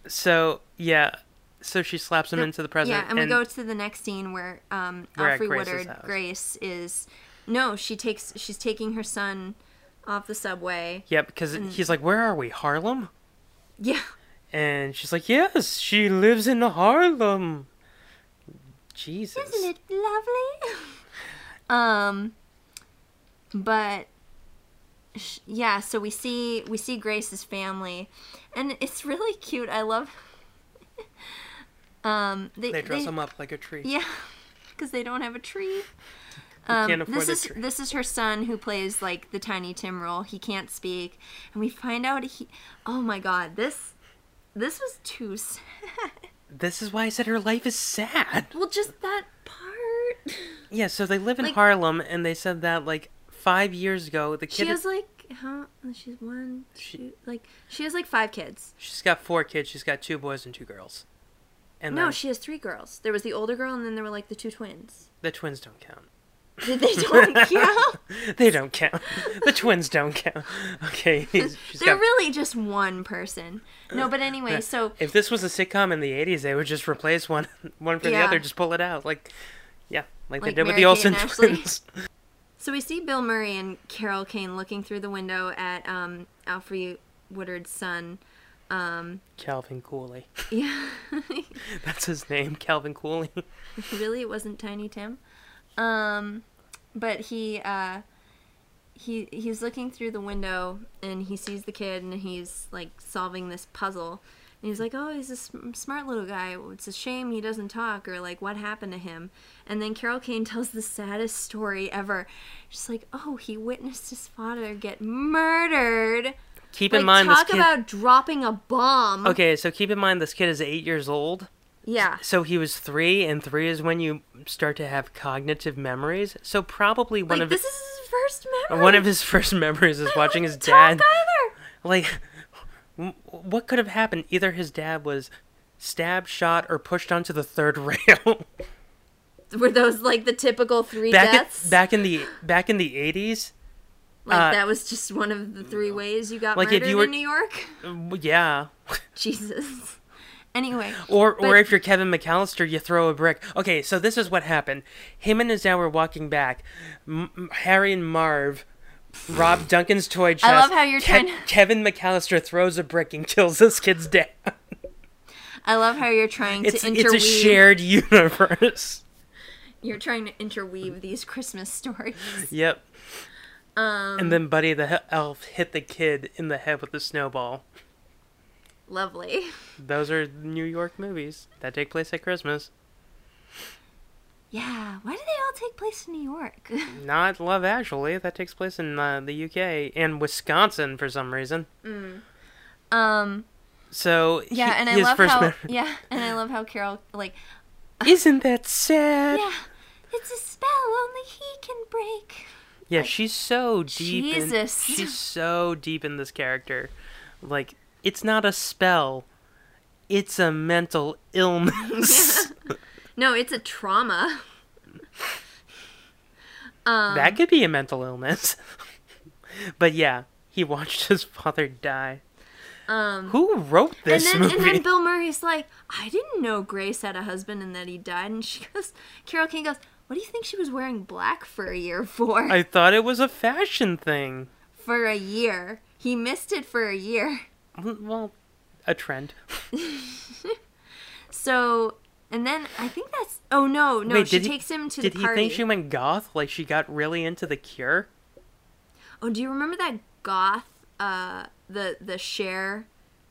Speaker 2: So, yeah. So she slaps him into the present.
Speaker 1: yeah, and, we go to the next scene where um
Speaker 2: We're at
Speaker 1: Alfre
Speaker 2: Grace's
Speaker 1: Woodard
Speaker 2: house.
Speaker 1: Grace is no she takes she's taking her son off the subway.
Speaker 2: Yeah, because
Speaker 1: Mm.
Speaker 2: he's like, Where are we? Harlem?
Speaker 1: Yeah.
Speaker 2: And she's like, Yes, she lives in Harlem. Jesus.
Speaker 1: Isn't it lovely? <laughs> um, but sh- yeah, so we see we see Grace's family, and it's really cute. I love. <laughs> um, they,
Speaker 2: They dress
Speaker 1: they-
Speaker 2: him up like a tree.
Speaker 1: Yeah, <laughs> because they don't have a tree.
Speaker 2: can't
Speaker 1: Um,
Speaker 2: afford
Speaker 1: this
Speaker 2: a
Speaker 1: is
Speaker 2: tree.
Speaker 1: this is her son who plays like the Tiny Tim role. He can't speak, and we find out he. Oh my God! This this was too <laughs> sad.
Speaker 2: This is why I said her life is sad.
Speaker 1: Well, just that part. <laughs>
Speaker 2: Yeah, so they live in
Speaker 1: Like-
Speaker 2: Harlem, and they said that like five years ago. The
Speaker 1: She
Speaker 2: kid,
Speaker 1: has like how she's one, two, like she has like five kids.
Speaker 2: she's got four kids. She's got two boys and two girls. And
Speaker 1: No,
Speaker 2: then
Speaker 1: she has three girls. There was the older girl, and then there were like the
Speaker 2: <laughs>
Speaker 1: two twins.
Speaker 2: the twins don't count.
Speaker 1: Did they don't count?
Speaker 2: They don't count. The twins don't count. Okay. she's
Speaker 1: <laughs> They're
Speaker 2: got-
Speaker 1: really just one person. No, but anyway, so
Speaker 2: If this was a sitcom in the '80s, they would just replace one one for the
Speaker 1: Yeah.
Speaker 2: other, just pull it out, like yeah, like,
Speaker 1: Like
Speaker 2: they did with
Speaker 1: Mary
Speaker 2: the Olsen
Speaker 1: Kate and Ashley.
Speaker 2: twins. <laughs>
Speaker 1: so we see Bill Murray and Carol Kane looking through the window at um Alfred Woodard's son. Um,
Speaker 2: Calvin Cooley.
Speaker 1: yeah,
Speaker 2: <laughs> That's his name, Calvin Cooley.
Speaker 1: really, it wasn't Tiny Tim. Um, but he uh, he he's looking through the window and he sees the kid and he's like solving this puzzle and he's like oh he's a sm- smart little guy it's a shame he doesn't talk or like what happened to him and then carol kane <laughs> tells the saddest story ever she's like oh he witnessed his father get murdered
Speaker 2: Keep
Speaker 1: like
Speaker 2: in mind this
Speaker 1: talk
Speaker 2: kid.
Speaker 1: about dropping a bomb
Speaker 2: Okay, so keep in mind this kid is eight years old.
Speaker 1: yeah
Speaker 2: So he was three, and three is when you start to have cognitive memories. So probably one
Speaker 1: like
Speaker 2: of
Speaker 1: this is his first memory
Speaker 2: one of his first memories
Speaker 1: <laughs>
Speaker 2: is
Speaker 1: I
Speaker 2: watching his
Speaker 1: wouldn't
Speaker 2: dad.
Speaker 1: talk either.
Speaker 2: Like, w- what could have happened? Either his dad was stabbed, shot, or pushed onto the third <laughs> rail.
Speaker 1: were those like the typical three
Speaker 2: back
Speaker 1: deaths
Speaker 2: in, back in the back in the eighties.
Speaker 1: like
Speaker 2: uh,
Speaker 1: that was just one of the three ways you got
Speaker 2: Like, if
Speaker 1: murdered
Speaker 2: you were-
Speaker 1: in new york <laughs>
Speaker 2: Yeah.
Speaker 1: Jesus. Anyway,
Speaker 2: Or, or
Speaker 1: But-
Speaker 2: if you're Kevin McAllister, you throw a brick. Okay, so this is what happened. Him and his dad were walking back. M- M- Harry and Marv rob Duncan's toy chest.
Speaker 1: love how you're trying to-
Speaker 2: Kevin McAllister throws a brick and kills this kid's dad.
Speaker 1: I love how you're trying
Speaker 2: It's
Speaker 1: to interweave.
Speaker 2: it's a shared <laughs> universe.
Speaker 1: You're trying to interweave these Christmas
Speaker 2: <laughs>
Speaker 1: stories.
Speaker 2: yep. Um, and then Buddy the he- elf hit the kid in the head with a snowball.
Speaker 1: Lovely.
Speaker 2: Those are New York movies that take place at Christmas.
Speaker 1: Yeah. Why do they all take place in New York? <laughs>
Speaker 2: Not Love Actually. That takes place in uh, the UK and Wisconsin for some reason.
Speaker 1: um.
Speaker 2: So he-
Speaker 1: Yeah, and I
Speaker 2: his
Speaker 1: love
Speaker 2: first
Speaker 1: how.
Speaker 2: mem-
Speaker 1: <laughs> Yeah, and I love how Carol like.
Speaker 2: Isn't that sad?
Speaker 1: Yeah, it's a spell only he can break.
Speaker 2: Yeah, she's so deep.
Speaker 1: Jesus.
Speaker 2: In, she's so deep in this character. Like it's not a spell. It's a
Speaker 1: <laughs>
Speaker 2: mental illness.
Speaker 1: No, it's a trauma. Um,
Speaker 2: that could be a mental illness. <laughs> but yeah, he watched <laughs> his father die. Um, Who wrote
Speaker 1: And
Speaker 2: this
Speaker 1: then,
Speaker 2: movie?
Speaker 1: and then Bill Murray's like, I didn't know Grace had a husband and that he died. And she <laughs> goes, Carol King goes, What do you think she was wearing black for a year for?
Speaker 2: <laughs> I thought it was a fashion thing.
Speaker 1: for a year. He missed it for a year.
Speaker 2: Well, a trend.
Speaker 1: So, and then I think that's. Oh no, no, she
Speaker 2: did he-
Speaker 1: takes him to
Speaker 2: Did
Speaker 1: the
Speaker 2: he
Speaker 1: party.
Speaker 2: think she went goth? Like she got really into the cure?
Speaker 1: Oh, do you remember that goth? Uh, the the share,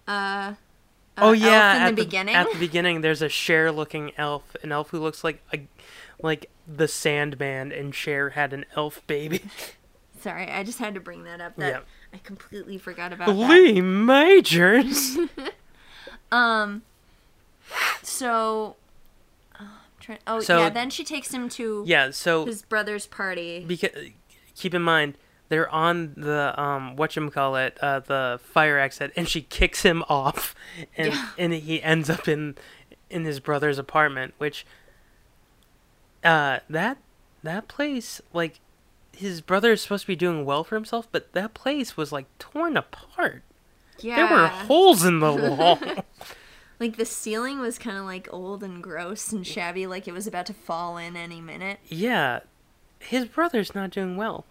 Speaker 1: uh,
Speaker 2: oh yeah,
Speaker 1: elf in
Speaker 2: at
Speaker 1: the beginning?
Speaker 2: At the beginning, there's a Cher looking elf, an elf who looks like a, like the Sandman, and Cher had an elf
Speaker 1: <laughs>
Speaker 2: baby.
Speaker 1: Sorry, I just had to bring that up. That
Speaker 2: Yep.
Speaker 1: I completely forgot about that.
Speaker 2: Lee
Speaker 1: <laughs>
Speaker 2: Majors.
Speaker 1: So, oh, I'm trying- oh
Speaker 2: So-
Speaker 1: yeah, then she takes him to
Speaker 2: yeah, so
Speaker 1: his brother's party.
Speaker 2: because keep in mind they're on the um whatchamacallit, uh the fire exit and she kicks him off and and he ends up in in his brother's apartment which uh that that place like his brother is supposed to be doing well for himself but that place was like torn apart
Speaker 1: Yeah,
Speaker 2: there were holes in the wall
Speaker 1: like the ceiling was kind of like old and gross and shabby, like it was about to fall in any minute.
Speaker 2: yeah, his brother's not doing well.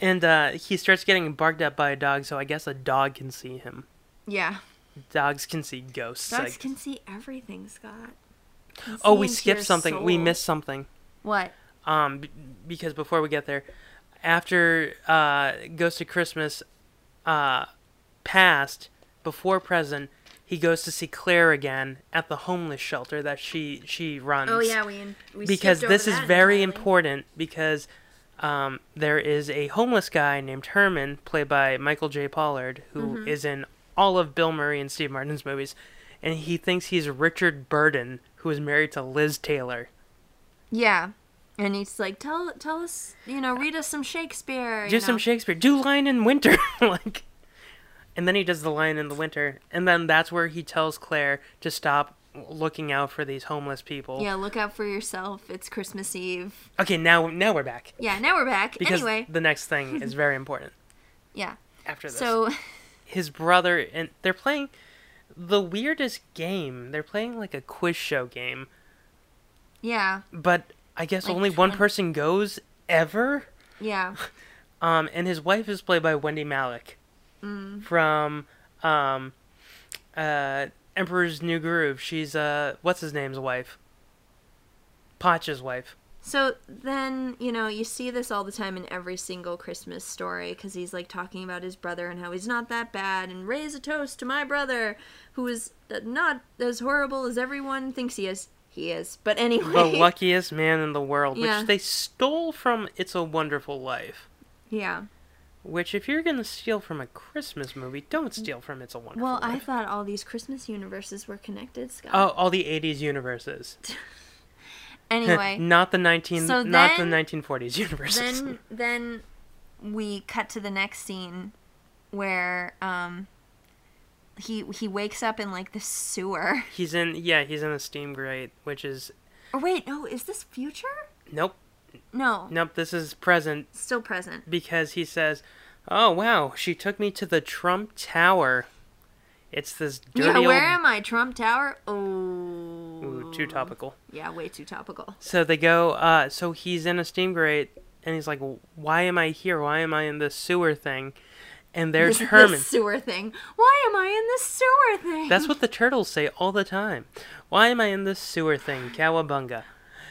Speaker 2: and uh, he starts getting barked at by a dog, so I guess a dog can see him.
Speaker 1: Yeah,
Speaker 2: Dogs can see ghosts. I
Speaker 1: dogs
Speaker 2: guess.
Speaker 1: can see everything, Scott. Can
Speaker 2: oh,
Speaker 1: see
Speaker 2: we
Speaker 1: into
Speaker 2: skipped
Speaker 1: your
Speaker 2: something. We
Speaker 1: soul.
Speaker 2: missed something.
Speaker 1: what?
Speaker 2: Um, b- because before we get there, after uh, Ghost of Christmas uh, past, before present, he goes to see Claire again at the homeless shelter that she she runs.
Speaker 1: Oh yeah, we, we
Speaker 2: because
Speaker 1: skipped over
Speaker 2: this is
Speaker 1: that
Speaker 2: very
Speaker 1: entirely.
Speaker 2: important because um, there is a homeless guy named Herman played by Michael J. Pollard who is
Speaker 1: Mm-hmm.
Speaker 2: in all of Bill Murray and Steve Martin's movies and he thinks he's Richard Burden who is married to Liz Taylor.
Speaker 1: Yeah. And he's like, tell tell us, you know, read us some Shakespeare. you
Speaker 2: Do some
Speaker 1: know.
Speaker 2: Shakespeare. Do Lion in Winter <laughs> like and then he does the Lion in the Winter and then that's where he tells Claire to stop looking out for these homeless people.
Speaker 1: Yeah, look out for yourself. It's Christmas Eve.
Speaker 2: Okay, now now we're back.
Speaker 1: Yeah, now we're back.
Speaker 2: Because
Speaker 1: anyway,
Speaker 2: the next thing
Speaker 1: <laughs>
Speaker 2: is very important
Speaker 1: yeah.
Speaker 2: after this.
Speaker 1: So <laughs>
Speaker 2: his brother and they're playing the weirdest game. They're playing like a quiz show game,
Speaker 1: yeah,
Speaker 2: but I guess
Speaker 1: Like
Speaker 2: only one
Speaker 1: twen-
Speaker 2: person goes ever.
Speaker 1: yeah,
Speaker 2: Um, and his wife is played by Wendy Malik
Speaker 1: Mm.
Speaker 2: from um, uh, Emperor's New Groove. She's uh, what's his name's wife? Potch's wife.
Speaker 1: So then, you know, you see this all the time in every single Christmas story because he's like talking about his brother and how he's not that bad and raise a toast to my brother who is uh, not as horrible as everyone thinks he is. He is. But anyway, <laughs>
Speaker 2: The luckiest man in the world,
Speaker 1: Yeah.
Speaker 2: which they stole from It's a Wonderful Life.
Speaker 1: yeah.
Speaker 2: Which, if you're gonna steal from a Christmas movie, don't steal from It's a Wonderful
Speaker 1: Well,
Speaker 2: Life.
Speaker 1: I thought all these Christmas universes were connected, Scott.
Speaker 2: Oh, <laughs> all the '80s universes. <laughs>
Speaker 1: Anyway,
Speaker 2: not the 19,
Speaker 1: So
Speaker 2: not the
Speaker 1: then-
Speaker 2: 1940s <laughs> universes.
Speaker 1: then then we cut to the next scene where um he he wakes up in like the sewer. <laughs>
Speaker 2: he's in, yeah, he's in a steam grate, which is
Speaker 1: Or wait, no, is this future?
Speaker 2: nope,
Speaker 1: No,
Speaker 2: nope. This is present
Speaker 1: still present.
Speaker 2: because he says, "Oh wow, she took me to the Trump Tower." It's this dirty
Speaker 1: yeah, where
Speaker 2: old.
Speaker 1: am I? Trump Tower? Oh.
Speaker 2: Ooh, too topical.
Speaker 1: Yeah, way too topical.
Speaker 2: So they go. Uh, so he's in a steam grate, and he's like, "Why am I here? Why am I in this sewer thing?" And
Speaker 1: <laughs>
Speaker 2: there's
Speaker 1: this,
Speaker 2: Herman.
Speaker 1: This sewer thing. Why am I in this sewer thing?
Speaker 2: That's what the turtles say all the time. Why am I in this sewer thing? Cowabunga.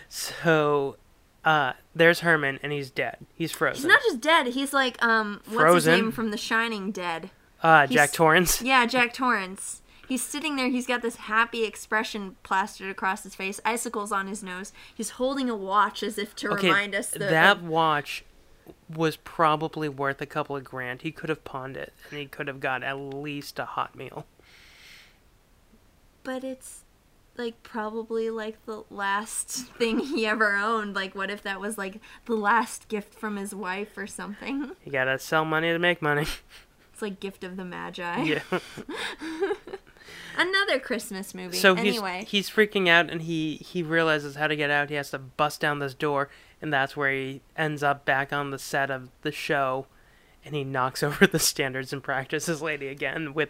Speaker 2: So, uh, there's Herman, and he's dead. He's frozen.
Speaker 1: He's not just dead. He's like um, what's
Speaker 2: Frozen.
Speaker 1: his name from The Shining? Dead.
Speaker 2: uh, Jack
Speaker 1: he's-
Speaker 2: Torrance.
Speaker 1: Yeah, Jack Torrance. He's sitting there. He's got this happy expression plastered across his face, icicles on his nose. He's holding a watch as if to
Speaker 2: okay,
Speaker 1: remind us that.
Speaker 2: that watch was probably worth a couple of grand. He could have pawned it, and he could have got at least a hot meal.
Speaker 1: But it's like probably like the last <laughs> thing he ever owned. Like, what if that was like the last gift from his wife or something? <laughs>
Speaker 2: You gotta sell money to make money. <laughs>
Speaker 1: It's like Gift of the Magi.
Speaker 2: yeah.
Speaker 1: Another Christmas movie.
Speaker 2: So he's
Speaker 1: anyway,
Speaker 2: he's freaking out, and he he realizes how to get out. He has to bust down this door, and that's where he ends up back on the set of the show, and he knocks <laughs> over the standards and practices lady again with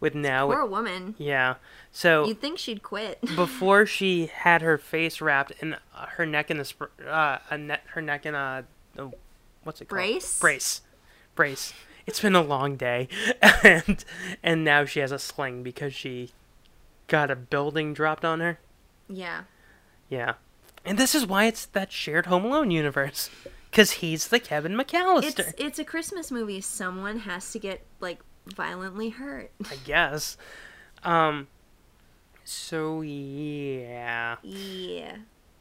Speaker 2: with now
Speaker 1: poor woman.
Speaker 2: yeah. So
Speaker 1: You'd think she'd quit. <laughs>
Speaker 2: before she had her face wrapped and uh, her neck in a sp- uh, a net her neck in a, a what's it called
Speaker 1: Brace?
Speaker 2: brace brace. It's been a long day, <laughs> and and now she has a sling because she got a building dropped on her.
Speaker 1: yeah.
Speaker 2: Yeah. And this is why it's that shared Home Alone universe. Because he's the Kevin
Speaker 1: It's
Speaker 2: McAllister,
Speaker 1: it's a Christmas movie. Someone has to get like violently hurt. <laughs>
Speaker 2: I guess. Um, so yeah,
Speaker 1: Yeah.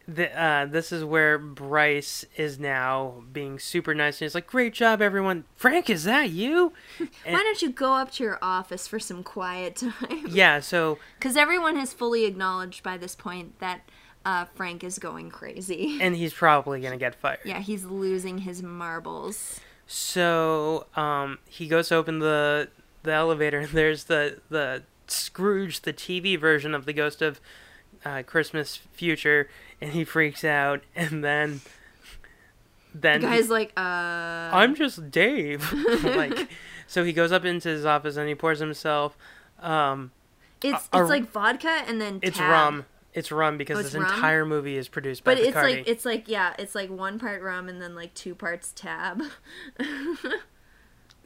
Speaker 2: the, uh, this is where Bryce is now being super nice, and he's like, "Great job, everyone." Frank, is that you?
Speaker 1: Why don't you go up to your office for some quiet <laughs> time?
Speaker 2: Yeah. So
Speaker 1: Because everyone has fully acknowledged by this point that uh, Frank is going crazy. <laughs>
Speaker 2: and he's probably gonna get fired.
Speaker 1: Yeah, he's losing his marbles.
Speaker 2: So um, he goes to open the the elevator, and there's the the Scrooge, the TV version of the Ghost of uh, Christmas Future, and he freaks out, and then then
Speaker 1: Guy's like, uh,
Speaker 2: I'm just Dave. <laughs>
Speaker 1: <laughs>
Speaker 2: like, so he goes up into his office and he pours himself. Um,
Speaker 1: it's it's
Speaker 2: uh, uh,
Speaker 1: like vodka and then
Speaker 2: it's
Speaker 1: tab.
Speaker 2: rum. It's rum because
Speaker 1: Oh,
Speaker 2: this
Speaker 1: it's rum?
Speaker 2: entire movie is produced by
Speaker 1: But it's
Speaker 2: Bacardi.
Speaker 1: like it's like yeah, it's like one part rum and then like two parts tab.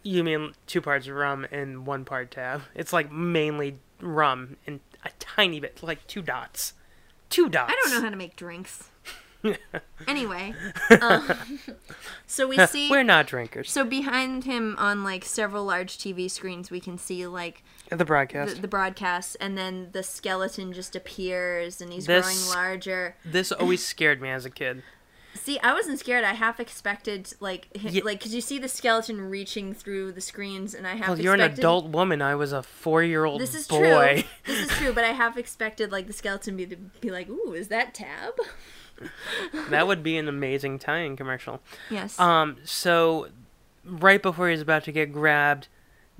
Speaker 2: you mean two parts rum and one part tab? It's like mainly rum and a tiny bit, like two dots. Two dots.
Speaker 1: I don't know how to
Speaker 2: <laughs>
Speaker 1: make drinks. anyway, um, so
Speaker 2: <laughs>
Speaker 1: we see
Speaker 2: We're not drinkers.
Speaker 1: so behind him on like several large TV screens, we can see like
Speaker 2: The
Speaker 1: the,
Speaker 2: broadcast.
Speaker 1: the broadcast, and then the skeleton just appears, and he's
Speaker 2: This-
Speaker 1: growing larger.
Speaker 2: this always scared me as a
Speaker 1: <laughs>
Speaker 2: kid.
Speaker 1: See, I wasn't scared. I half expected like hi-
Speaker 2: Ye-
Speaker 1: like because you see the skeleton reaching through the screens, and I half.
Speaker 2: Well, you're an
Speaker 1: expected-
Speaker 2: adult woman. I was a four-year-old
Speaker 1: This is
Speaker 2: boy. <laughs>
Speaker 1: true. This is true, but I half expected like the skeleton be be like, "Ooh, is that Tab?" <laughs>
Speaker 2: <laughs> that would be an amazing tie-in commercial.
Speaker 1: Yes.
Speaker 2: Um, so right before he's about to get grabbed,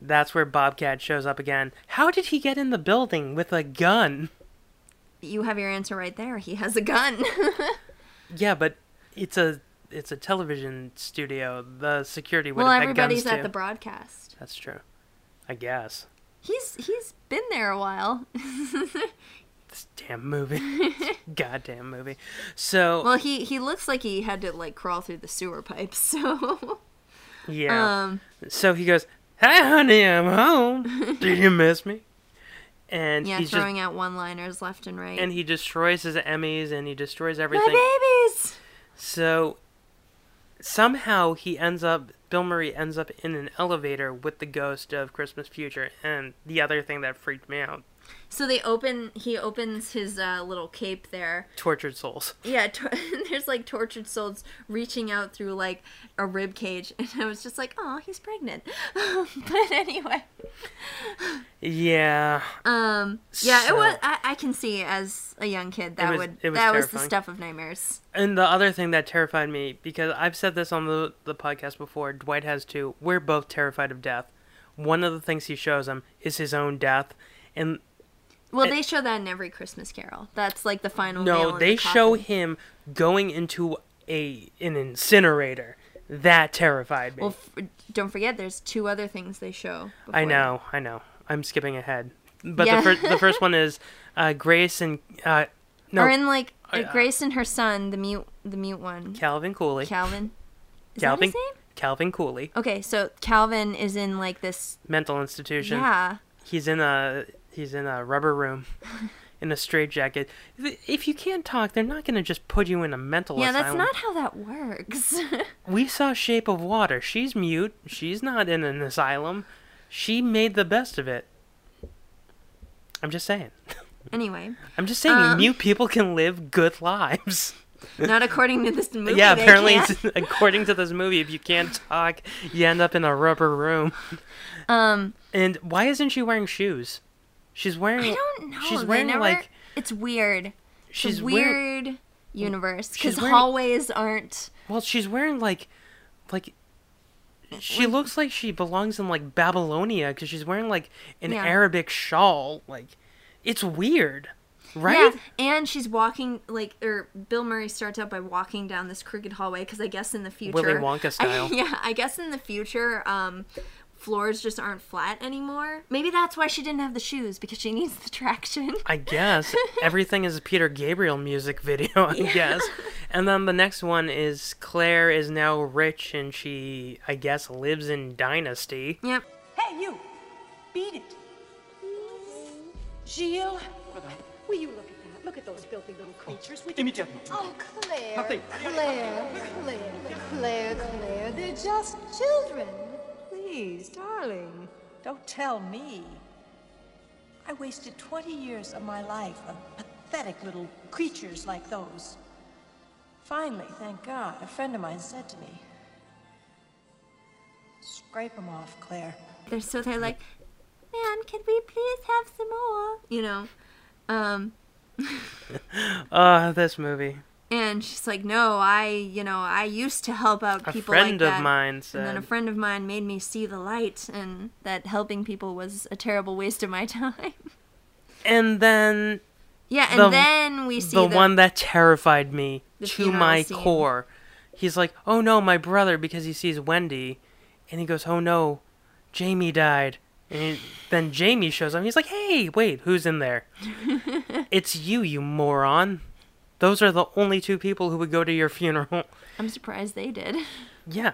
Speaker 2: that's where Bobcat shows up again. How did he get in the building with a gun?
Speaker 1: you have your answer right there. He has a gun. <laughs>
Speaker 2: Yeah, but it's a it's a television studio. The security would
Speaker 1: well,
Speaker 2: have had
Speaker 1: everybody's
Speaker 2: guns
Speaker 1: at
Speaker 2: too.
Speaker 1: the broadcast.
Speaker 2: That's true. I guess.
Speaker 1: He's he's been there a while. <laughs>
Speaker 2: This damn movie. <laughs> This Goddamn movie. So
Speaker 1: well, he he looks like he had to like crawl through the sewer pipes. <laughs> So
Speaker 2: yeah.
Speaker 1: um,
Speaker 2: so he goes, "Hi, honey, I'm
Speaker 1: <laughs>
Speaker 2: home. Did you miss me?" And
Speaker 1: yeah,
Speaker 2: he's
Speaker 1: throwing
Speaker 2: just
Speaker 1: out one-liners left and right.
Speaker 2: and he destroys his Emmys and he destroys
Speaker 1: My
Speaker 2: everything.
Speaker 1: babies.
Speaker 2: So somehow he ends up Bill Murray ends up in an elevator with the ghost of Christmas Future and the other thing that freaked me out,
Speaker 1: So they open. He opens his uh, little cape there.
Speaker 2: Tortured Souls.
Speaker 1: Yeah, tor- <laughs> there's like tortured souls reaching out through like a rib cage, <laughs> and I was just like, "Oh, he's pregnant." <laughs> but anyway,
Speaker 2: Yeah.
Speaker 1: um, yeah, it
Speaker 2: So-
Speaker 1: was. I, I can see as a young kid that
Speaker 2: was-
Speaker 1: would
Speaker 2: it was
Speaker 1: that was the
Speaker 2: terrifying.
Speaker 1: stuff of nightmares.
Speaker 2: And the other thing that terrified me because I've said this on the the podcast before, Dwight has too. We're both terrified of death. One of the things he shows him is his own death and
Speaker 1: Well, they show that in every Christmas Carol. That's like the final. nail
Speaker 2: no,
Speaker 1: in
Speaker 2: they
Speaker 1: the
Speaker 2: show
Speaker 1: coffin.
Speaker 2: him going into a an incinerator. That terrified me.
Speaker 1: Well, f- don't forget, there's two other things they show.
Speaker 2: I
Speaker 1: before
Speaker 2: know, I know. I'm skipping ahead. But
Speaker 1: Yeah.
Speaker 2: the, fir- the
Speaker 1: <laughs>
Speaker 2: first one is uh, Grace and uh,
Speaker 1: that.
Speaker 2: no uh,
Speaker 1: Or in like uh, Grace and her son, the mute, the mute one,
Speaker 2: Calvin Cooley.
Speaker 1: Calvin. Is that
Speaker 2: Calvin
Speaker 1: his name?
Speaker 2: Calvin Cooley,
Speaker 1: Okay, so Calvin is in like this.
Speaker 2: mental institution.
Speaker 1: Yeah.
Speaker 2: He's in a he's in a rubber
Speaker 1: <laughs>
Speaker 2: room in a straitjacket. If you can't talk, they're not going to just put you in a mental
Speaker 1: Yeah, that's
Speaker 2: asylum.
Speaker 1: not how that works. <laughs>
Speaker 2: We saw Shape of Water. She's mute. She's not in an asylum. She made the best of it. I'm just saying.
Speaker 1: anyway,
Speaker 2: I'm just saying
Speaker 1: Um,
Speaker 2: mute people can live good
Speaker 1: <laughs>
Speaker 2: lives. <laughs>
Speaker 1: not according to this movie.
Speaker 2: Yeah,
Speaker 1: they
Speaker 2: apparently,
Speaker 1: can't.
Speaker 2: it's- according to this movie, if you
Speaker 1: <laughs>
Speaker 2: can't talk, you end up in a rubber room.
Speaker 1: Um,
Speaker 2: And why isn't she wearing shoes? She's wearing.
Speaker 1: I don't know.
Speaker 2: She's
Speaker 1: they
Speaker 2: wearing
Speaker 1: never-
Speaker 2: like
Speaker 1: it's weird. She's
Speaker 2: she's wearing.
Speaker 1: weird universe because
Speaker 2: she's wearing-
Speaker 1: hallways aren't.
Speaker 2: Well, she's wearing like, like. She looks like she belongs in like Babylonia because she's wearing like an
Speaker 1: Yeah.
Speaker 2: Arabic shawl. Like, it's weird, right?
Speaker 1: <laughs> Yeah, and she's walking like, or Bill Murray starts out by walking down this crooked hallway because I guess in the future,
Speaker 2: Willy Wonka style.
Speaker 1: <laughs> I, yeah, I guess in the future, um, floors just aren't flat anymore. Maybe that's why she didn't have the shoes because she needs the traction.
Speaker 2: I guess everything is a Peter Gabriel music video. I guess, and then the next one is Claire is now rich and she, I guess, lives in Dynasty.
Speaker 1: <laughs> Yep.
Speaker 8: Hey, you! Beat it! Gilles! Will you look at that? Look at those filthy little creatures. We can...
Speaker 9: Oh, Claire, Claire, Claire, Claire, Claire, they're just children. Please, darling.
Speaker 8: Don't tell me.
Speaker 10: I wasted 20 years of my life on pathetic little creatures like those. Finally, thank God, a friend of mine said to me, Scrape 'em off, Claire.
Speaker 1: They're so they're like, man, could we please have some more? You know, um,
Speaker 2: Ah, this movie.
Speaker 1: and she's like, no, I, you know, I used to help out
Speaker 2: A
Speaker 1: people like
Speaker 2: friend of
Speaker 1: that.
Speaker 2: mine
Speaker 1: And then a
Speaker 2: said-
Speaker 1: friend of mine made me see the light, and that helping people was a terrible waste of my <laughs> time.
Speaker 2: And then
Speaker 1: yeah, and
Speaker 2: the-
Speaker 1: then we see
Speaker 2: the, one that terrified me
Speaker 1: the
Speaker 2: to
Speaker 1: funeral
Speaker 2: my
Speaker 1: scene.
Speaker 2: core. He's like, "Oh no, my brother," because he sees Wendy, and he goes, "Oh no, Jamie died." And he- then Jamie shows up. and He's like, "Hey, wait, who's in
Speaker 1: <laughs>
Speaker 2: there? it's you, you moron." Those are the only two people who would go to your funeral. <laughs>
Speaker 1: I'm surprised they did.
Speaker 2: Yeah,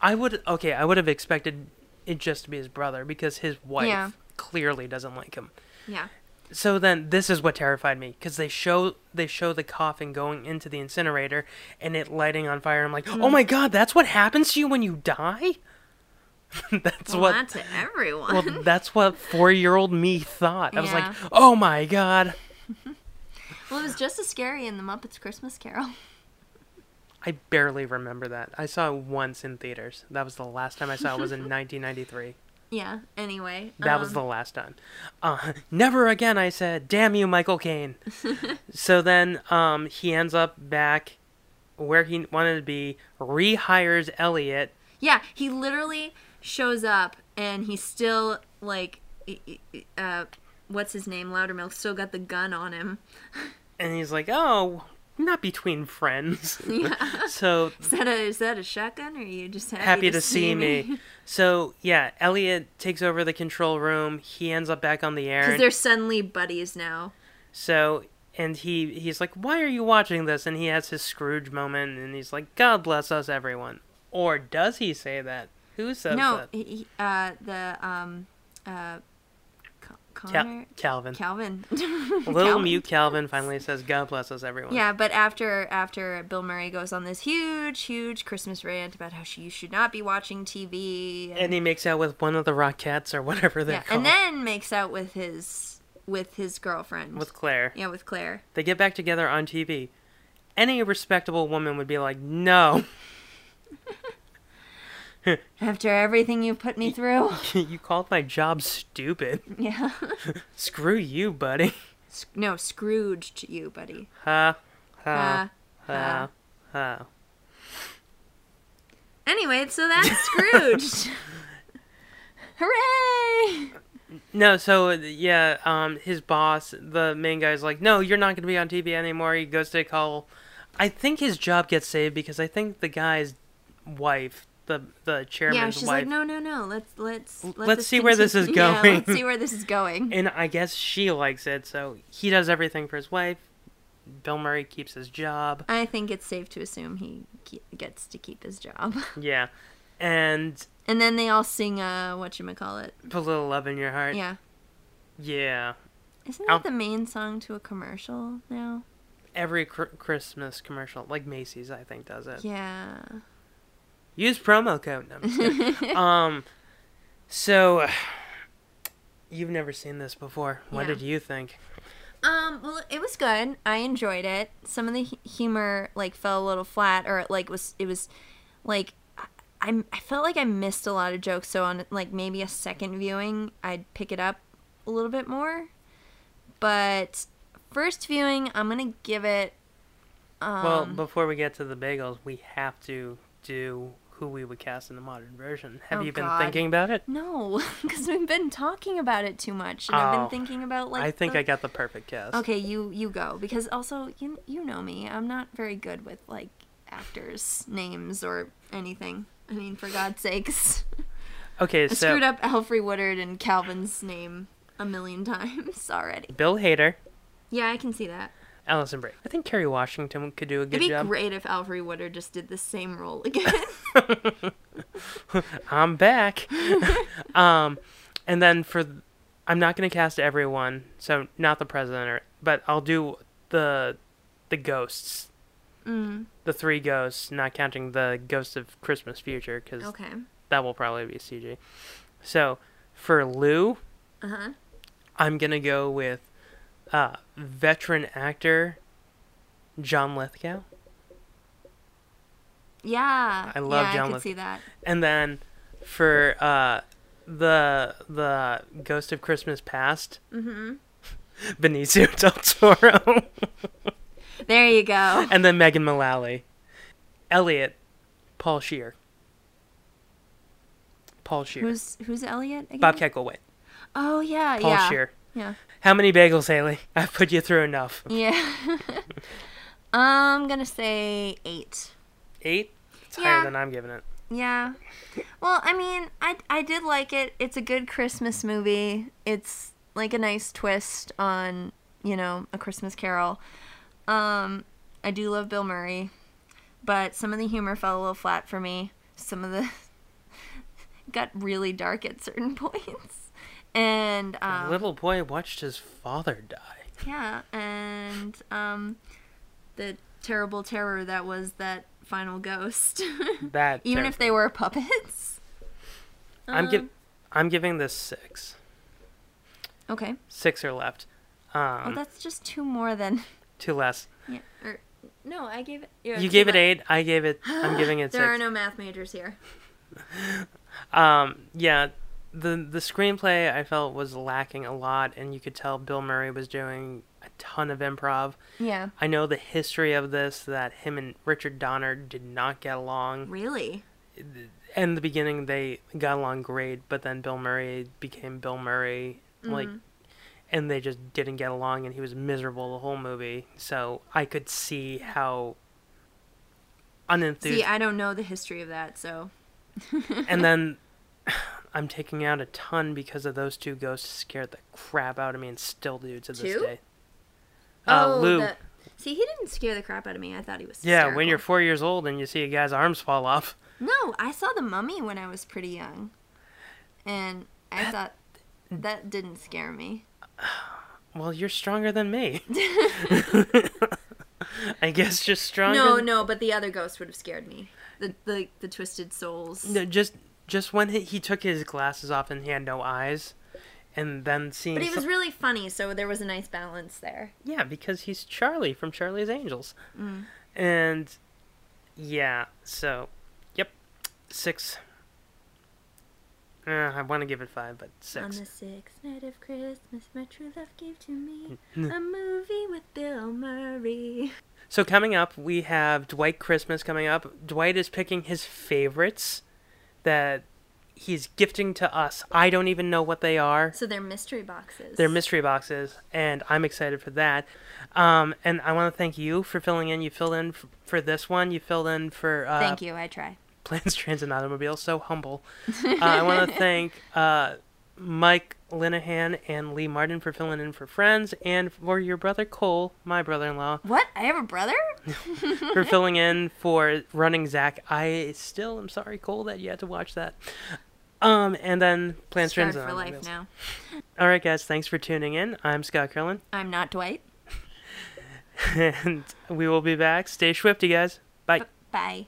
Speaker 2: I would. Okay, I would have expected it just to be his brother because his wife
Speaker 1: Yeah.
Speaker 2: clearly doesn't like him.
Speaker 1: Yeah.
Speaker 2: So then, this is what terrified me because they show they show the coffin going into the incinerator and it lighting on fire. I'm like, oh
Speaker 1: Mm.
Speaker 2: my god, that's what happens to you when you die. <laughs> that's
Speaker 1: well,
Speaker 2: what.
Speaker 1: not to everyone. <laughs>
Speaker 2: well, that's what four year old me thought. I was like,
Speaker 1: Yeah.
Speaker 2: oh my god.
Speaker 1: Well, it was just as scary in The Muppets Christmas Carol. <laughs>
Speaker 2: I barely remember that. I saw it once in theaters. That was the last time I saw it was in
Speaker 1: <laughs>
Speaker 2: 1993.
Speaker 1: Yeah. Anyway,
Speaker 2: That was
Speaker 1: Um.
Speaker 2: the last time. Uh, never again, I said. Damn you, Michael
Speaker 1: <laughs>
Speaker 2: Caine.
Speaker 1: the.
Speaker 2: so then um, he ends up back where he wanted to be, rehires Elliot.
Speaker 1: yeah, he literally shows up and he's still like, e- e- uh, what's his name? Loudermilk still got the gun on him. <laughs>
Speaker 2: And he's like, oh, not between friends.
Speaker 1: <laughs> Yeah.
Speaker 2: <laughs> so
Speaker 1: Is that a is that a shotgun or are you just happy,
Speaker 2: happy, to, see me. So yeah, Elliot takes over the control room. He ends up back on the air.
Speaker 1: Because
Speaker 2: and-
Speaker 1: they're suddenly buddies now.
Speaker 2: So and he he's like, "Why are you watching this?" And he has his Scrooge moment, and he's like, "God bless us, everyone." Or does he say that? Who says
Speaker 1: no,
Speaker 2: that?
Speaker 1: he, he- uh, the um, uh, Con-
Speaker 2: Cal-
Speaker 1: Connor
Speaker 2: Calvin.
Speaker 1: Calvin. <laughs>
Speaker 2: Little
Speaker 1: Calvin.
Speaker 2: mute Calvin finally says, "God bless us, everyone."
Speaker 1: Yeah, but after after Bill Murray goes on this huge, huge Christmas rant about how she, you should not be watching TV,
Speaker 2: And he makes out with one of the Rockettes or whatever they're
Speaker 1: yeah,
Speaker 2: called.
Speaker 1: and then makes out with his with his girlfriend
Speaker 2: with Claire.
Speaker 1: yeah with Claire.
Speaker 2: They get back together on TV. Any respectable woman would be like, "No, <laughs>
Speaker 1: After everything you put me
Speaker 2: <laughs>
Speaker 1: through, <laughs>
Speaker 2: you called my job stupid.
Speaker 1: yeah,
Speaker 2: Screw you, buddy." <laughs>
Speaker 1: S- no Scrooged you, buddy. Uh,
Speaker 2: Ha ha
Speaker 1: Ha,
Speaker 2: ha
Speaker 1: ha.
Speaker 2: ha.
Speaker 1: Anyway,
Speaker 2: <laughs>
Speaker 1: so that's Scrooged. Hooray!
Speaker 2: No, so uh, yeah, um, his boss, the main guy's like, "No, you're not going to be on TV anymore." He goes to call. I think his job gets saved because I think the guy's wife, the the chairman's
Speaker 1: yeah, she's
Speaker 2: wife,
Speaker 1: like, no, no, no. Let's let's let
Speaker 2: Let's see where this is
Speaker 1: continue." <laughs> Yeah, let's
Speaker 2: going.
Speaker 1: see where this is
Speaker 2: <laughs>
Speaker 1: going.
Speaker 2: and I guess she likes it, so he does everything for his wife. Bill Murray keeps his job.
Speaker 1: I think it's safe to assume he ke- gets to keep his job. <laughs>
Speaker 2: Yeah, and
Speaker 1: And then they all sing uh whatchamacallit.
Speaker 2: put a little love in your heart.
Speaker 1: Yeah.
Speaker 2: yeah.
Speaker 1: Isn't
Speaker 2: Ow.
Speaker 1: that the main song to a commercial now?
Speaker 2: Every cr- Christmas commercial, like Macy's, I think does it.
Speaker 1: Yeah.
Speaker 2: Use promo code. No, I'm just
Speaker 1: <laughs>
Speaker 2: kidding. um, so you've never seen this before. What
Speaker 1: Yeah.
Speaker 2: did you think?
Speaker 1: Um, well, it was good. I enjoyed it. Some of the hu- humor like fell a little flat, or like was it was like I, I'm- I felt like I missed a lot of jokes. So on like maybe a second viewing, I'd pick it up a little bit more. But first viewing, I'm gonna give it. Um,
Speaker 2: well, before we get to the bagels, we have to do who we would cast in the modern version. Have
Speaker 1: Oh,
Speaker 2: you been
Speaker 1: God.
Speaker 2: thinking about it?
Speaker 1: no, <laughs> because we've been talking about it too much, and I've
Speaker 2: Oh,
Speaker 1: been thinking about like.
Speaker 2: I think
Speaker 1: the-
Speaker 2: I got the perfect cast.
Speaker 1: Okay, you you go because also you you know me. I'm not very good with like actors' names or anything. I mean, for God's sakes,
Speaker 2: Okay,
Speaker 1: I
Speaker 2: so
Speaker 1: screwed up Alfred Woodard and Calvin's name a million <laughs> times already.
Speaker 2: Bill Hader,
Speaker 1: Yeah, I can see that.
Speaker 2: Allison Brie. I think Kerry Washington could do a good
Speaker 1: It'd be
Speaker 2: job.
Speaker 1: great if Alfred Woodard just did the same role
Speaker 2: <laughs>
Speaker 1: again.
Speaker 2: I'm
Speaker 1: <laughs>
Speaker 2: back. um, and then for, th- I'm not gonna cast everyone, so not the president, or, but I'll do the, the ghosts,
Speaker 1: mm,
Speaker 2: the three ghosts, not counting the ghost of Christmas future, because
Speaker 1: okay.
Speaker 2: that will probably be CG. So for Lou,
Speaker 1: Uh huh.
Speaker 2: I'm gonna go with uh, veteran actor John Lithgow.
Speaker 1: Yeah.
Speaker 2: I love
Speaker 1: yeah,
Speaker 2: John
Speaker 1: I could
Speaker 2: Lithgow.
Speaker 1: see that.
Speaker 2: And then for uh, the the Ghost of Christmas Past,
Speaker 1: hmm
Speaker 2: <laughs> Benicio del Toro, <laughs>
Speaker 1: There you go.
Speaker 2: and then Megan Mullally, Elliot, Paul Shear, Paul Shear,
Speaker 1: Who's who's Elliot again?
Speaker 2: Bobcat Goldthwait,
Speaker 1: Oh yeah,
Speaker 2: Paul
Speaker 1: yeah.
Speaker 2: Shear.
Speaker 1: Yeah.
Speaker 2: How many bagels, Haley? <laughs> I've put you through enough.
Speaker 1: Yeah. <laughs> I'm gonna say eight.
Speaker 2: Eight. It's
Speaker 1: Yeah.
Speaker 2: higher than I'm giving it.
Speaker 1: Yeah. Well, I mean, I I did like it. It's a good Christmas movie. It's like a nice twist on, you know, a Christmas carol. Um, I do love Bill Murray, but some of the humor fell a little flat for me. Some of the <laughs> got really dark at certain <laughs> points. And um,
Speaker 2: Little boy watched his father die.
Speaker 1: Yeah, and um, the terrible terror that was that final ghost. <laughs>
Speaker 2: That
Speaker 1: even if they were puppets. <laughs>
Speaker 2: I'm
Speaker 1: Um,
Speaker 2: give, I'm giving this six.
Speaker 1: Okay.
Speaker 2: Six are left. Um,
Speaker 1: oh, that's just two more than.
Speaker 2: two less.
Speaker 1: <laughs> Yeah. Or, no, I gave it. yeah,
Speaker 2: You
Speaker 1: two
Speaker 2: gave it
Speaker 1: le-
Speaker 2: eight. I gave
Speaker 1: <gasps>
Speaker 2: it. I'm giving it
Speaker 1: there are
Speaker 2: six.
Speaker 1: no math majors here.
Speaker 2: Um, yeah, the the screenplay I felt was lacking a lot, and you could tell Bill Murray was doing a ton of improv.
Speaker 1: Yeah.
Speaker 2: I know the history of this that him and Richard Donner did not get along.
Speaker 1: Really?
Speaker 2: In the beginning, they got along great, but then Bill Murray became Bill Murray, like,
Speaker 1: Mhm.
Speaker 2: and they just didn't get along, and he was miserable the whole movie. So I could see how unenthused.
Speaker 1: See, I don't know the history of that, so.
Speaker 2: and then <sighs> I'm taking out a ton because of those two ghosts scared the crap out of me and still do to this
Speaker 1: Two? Oh,
Speaker 2: day. Uh, Lou.
Speaker 1: the- See, he didn't scare the crap out of me. I thought he was.
Speaker 2: Yeah, when you're
Speaker 1: hysterical.
Speaker 2: four years old and you see a guy's arms fall off,
Speaker 1: No, I saw the mummy when I was pretty young, and I thought that didn't scare me.
Speaker 2: well, you're stronger than
Speaker 1: <laughs>
Speaker 2: me. <laughs> I guess just stronger.
Speaker 1: No, no, but the other ghost would have scared me. The the, the twisted souls.
Speaker 2: No, just just when he, he took his glasses off and he had no eyes, and then seeing.
Speaker 1: But he was
Speaker 2: some-
Speaker 1: really funny, so there was a nice balance there.
Speaker 2: yeah, because he's Charlie from Charlie's Angels,
Speaker 1: Mm.
Speaker 2: and yeah, so yep, six. Uh, I want to give it five, but
Speaker 1: On
Speaker 2: six.
Speaker 1: the sixth night of Christmas, my true love gave to me
Speaker 2: Mm.
Speaker 1: a movie with Bill Murray.
Speaker 2: So coming up, we have Dwight Christmas coming up. Dwight is picking his favorites that he's gifting to us. I don't even know what they are.
Speaker 1: So they're mystery boxes.
Speaker 2: They're mystery boxes, and I'm excited for that. Um, and I want to thank you for filling in. You filled in f- for this one. You filled in for uh,
Speaker 1: Thank you. I try.
Speaker 2: <laughs> Plans, Trans, and Automobiles. So humble. Uh, I
Speaker 1: <laughs>
Speaker 2: want to thank uh, Mike Linehan and Lee Martin for filling in for friends, and for your brother Cole, my brother-in-law,
Speaker 1: What? I have a brother?
Speaker 2: <laughs>
Speaker 1: <laughs>
Speaker 2: for filling in for running Zach. I still am sorry, Cole, that you had to watch that. Um, and then Plans,
Speaker 1: Scarred
Speaker 2: Trans, and
Speaker 1: for life
Speaker 2: Automobiles.
Speaker 1: now.
Speaker 2: All right, guys. Thanks for tuning in. I'm Scott Curlin. <laughs>
Speaker 1: I'm not Dwight.
Speaker 2: and we will be back. Stay swifty, guys. Bye.
Speaker 1: Bye.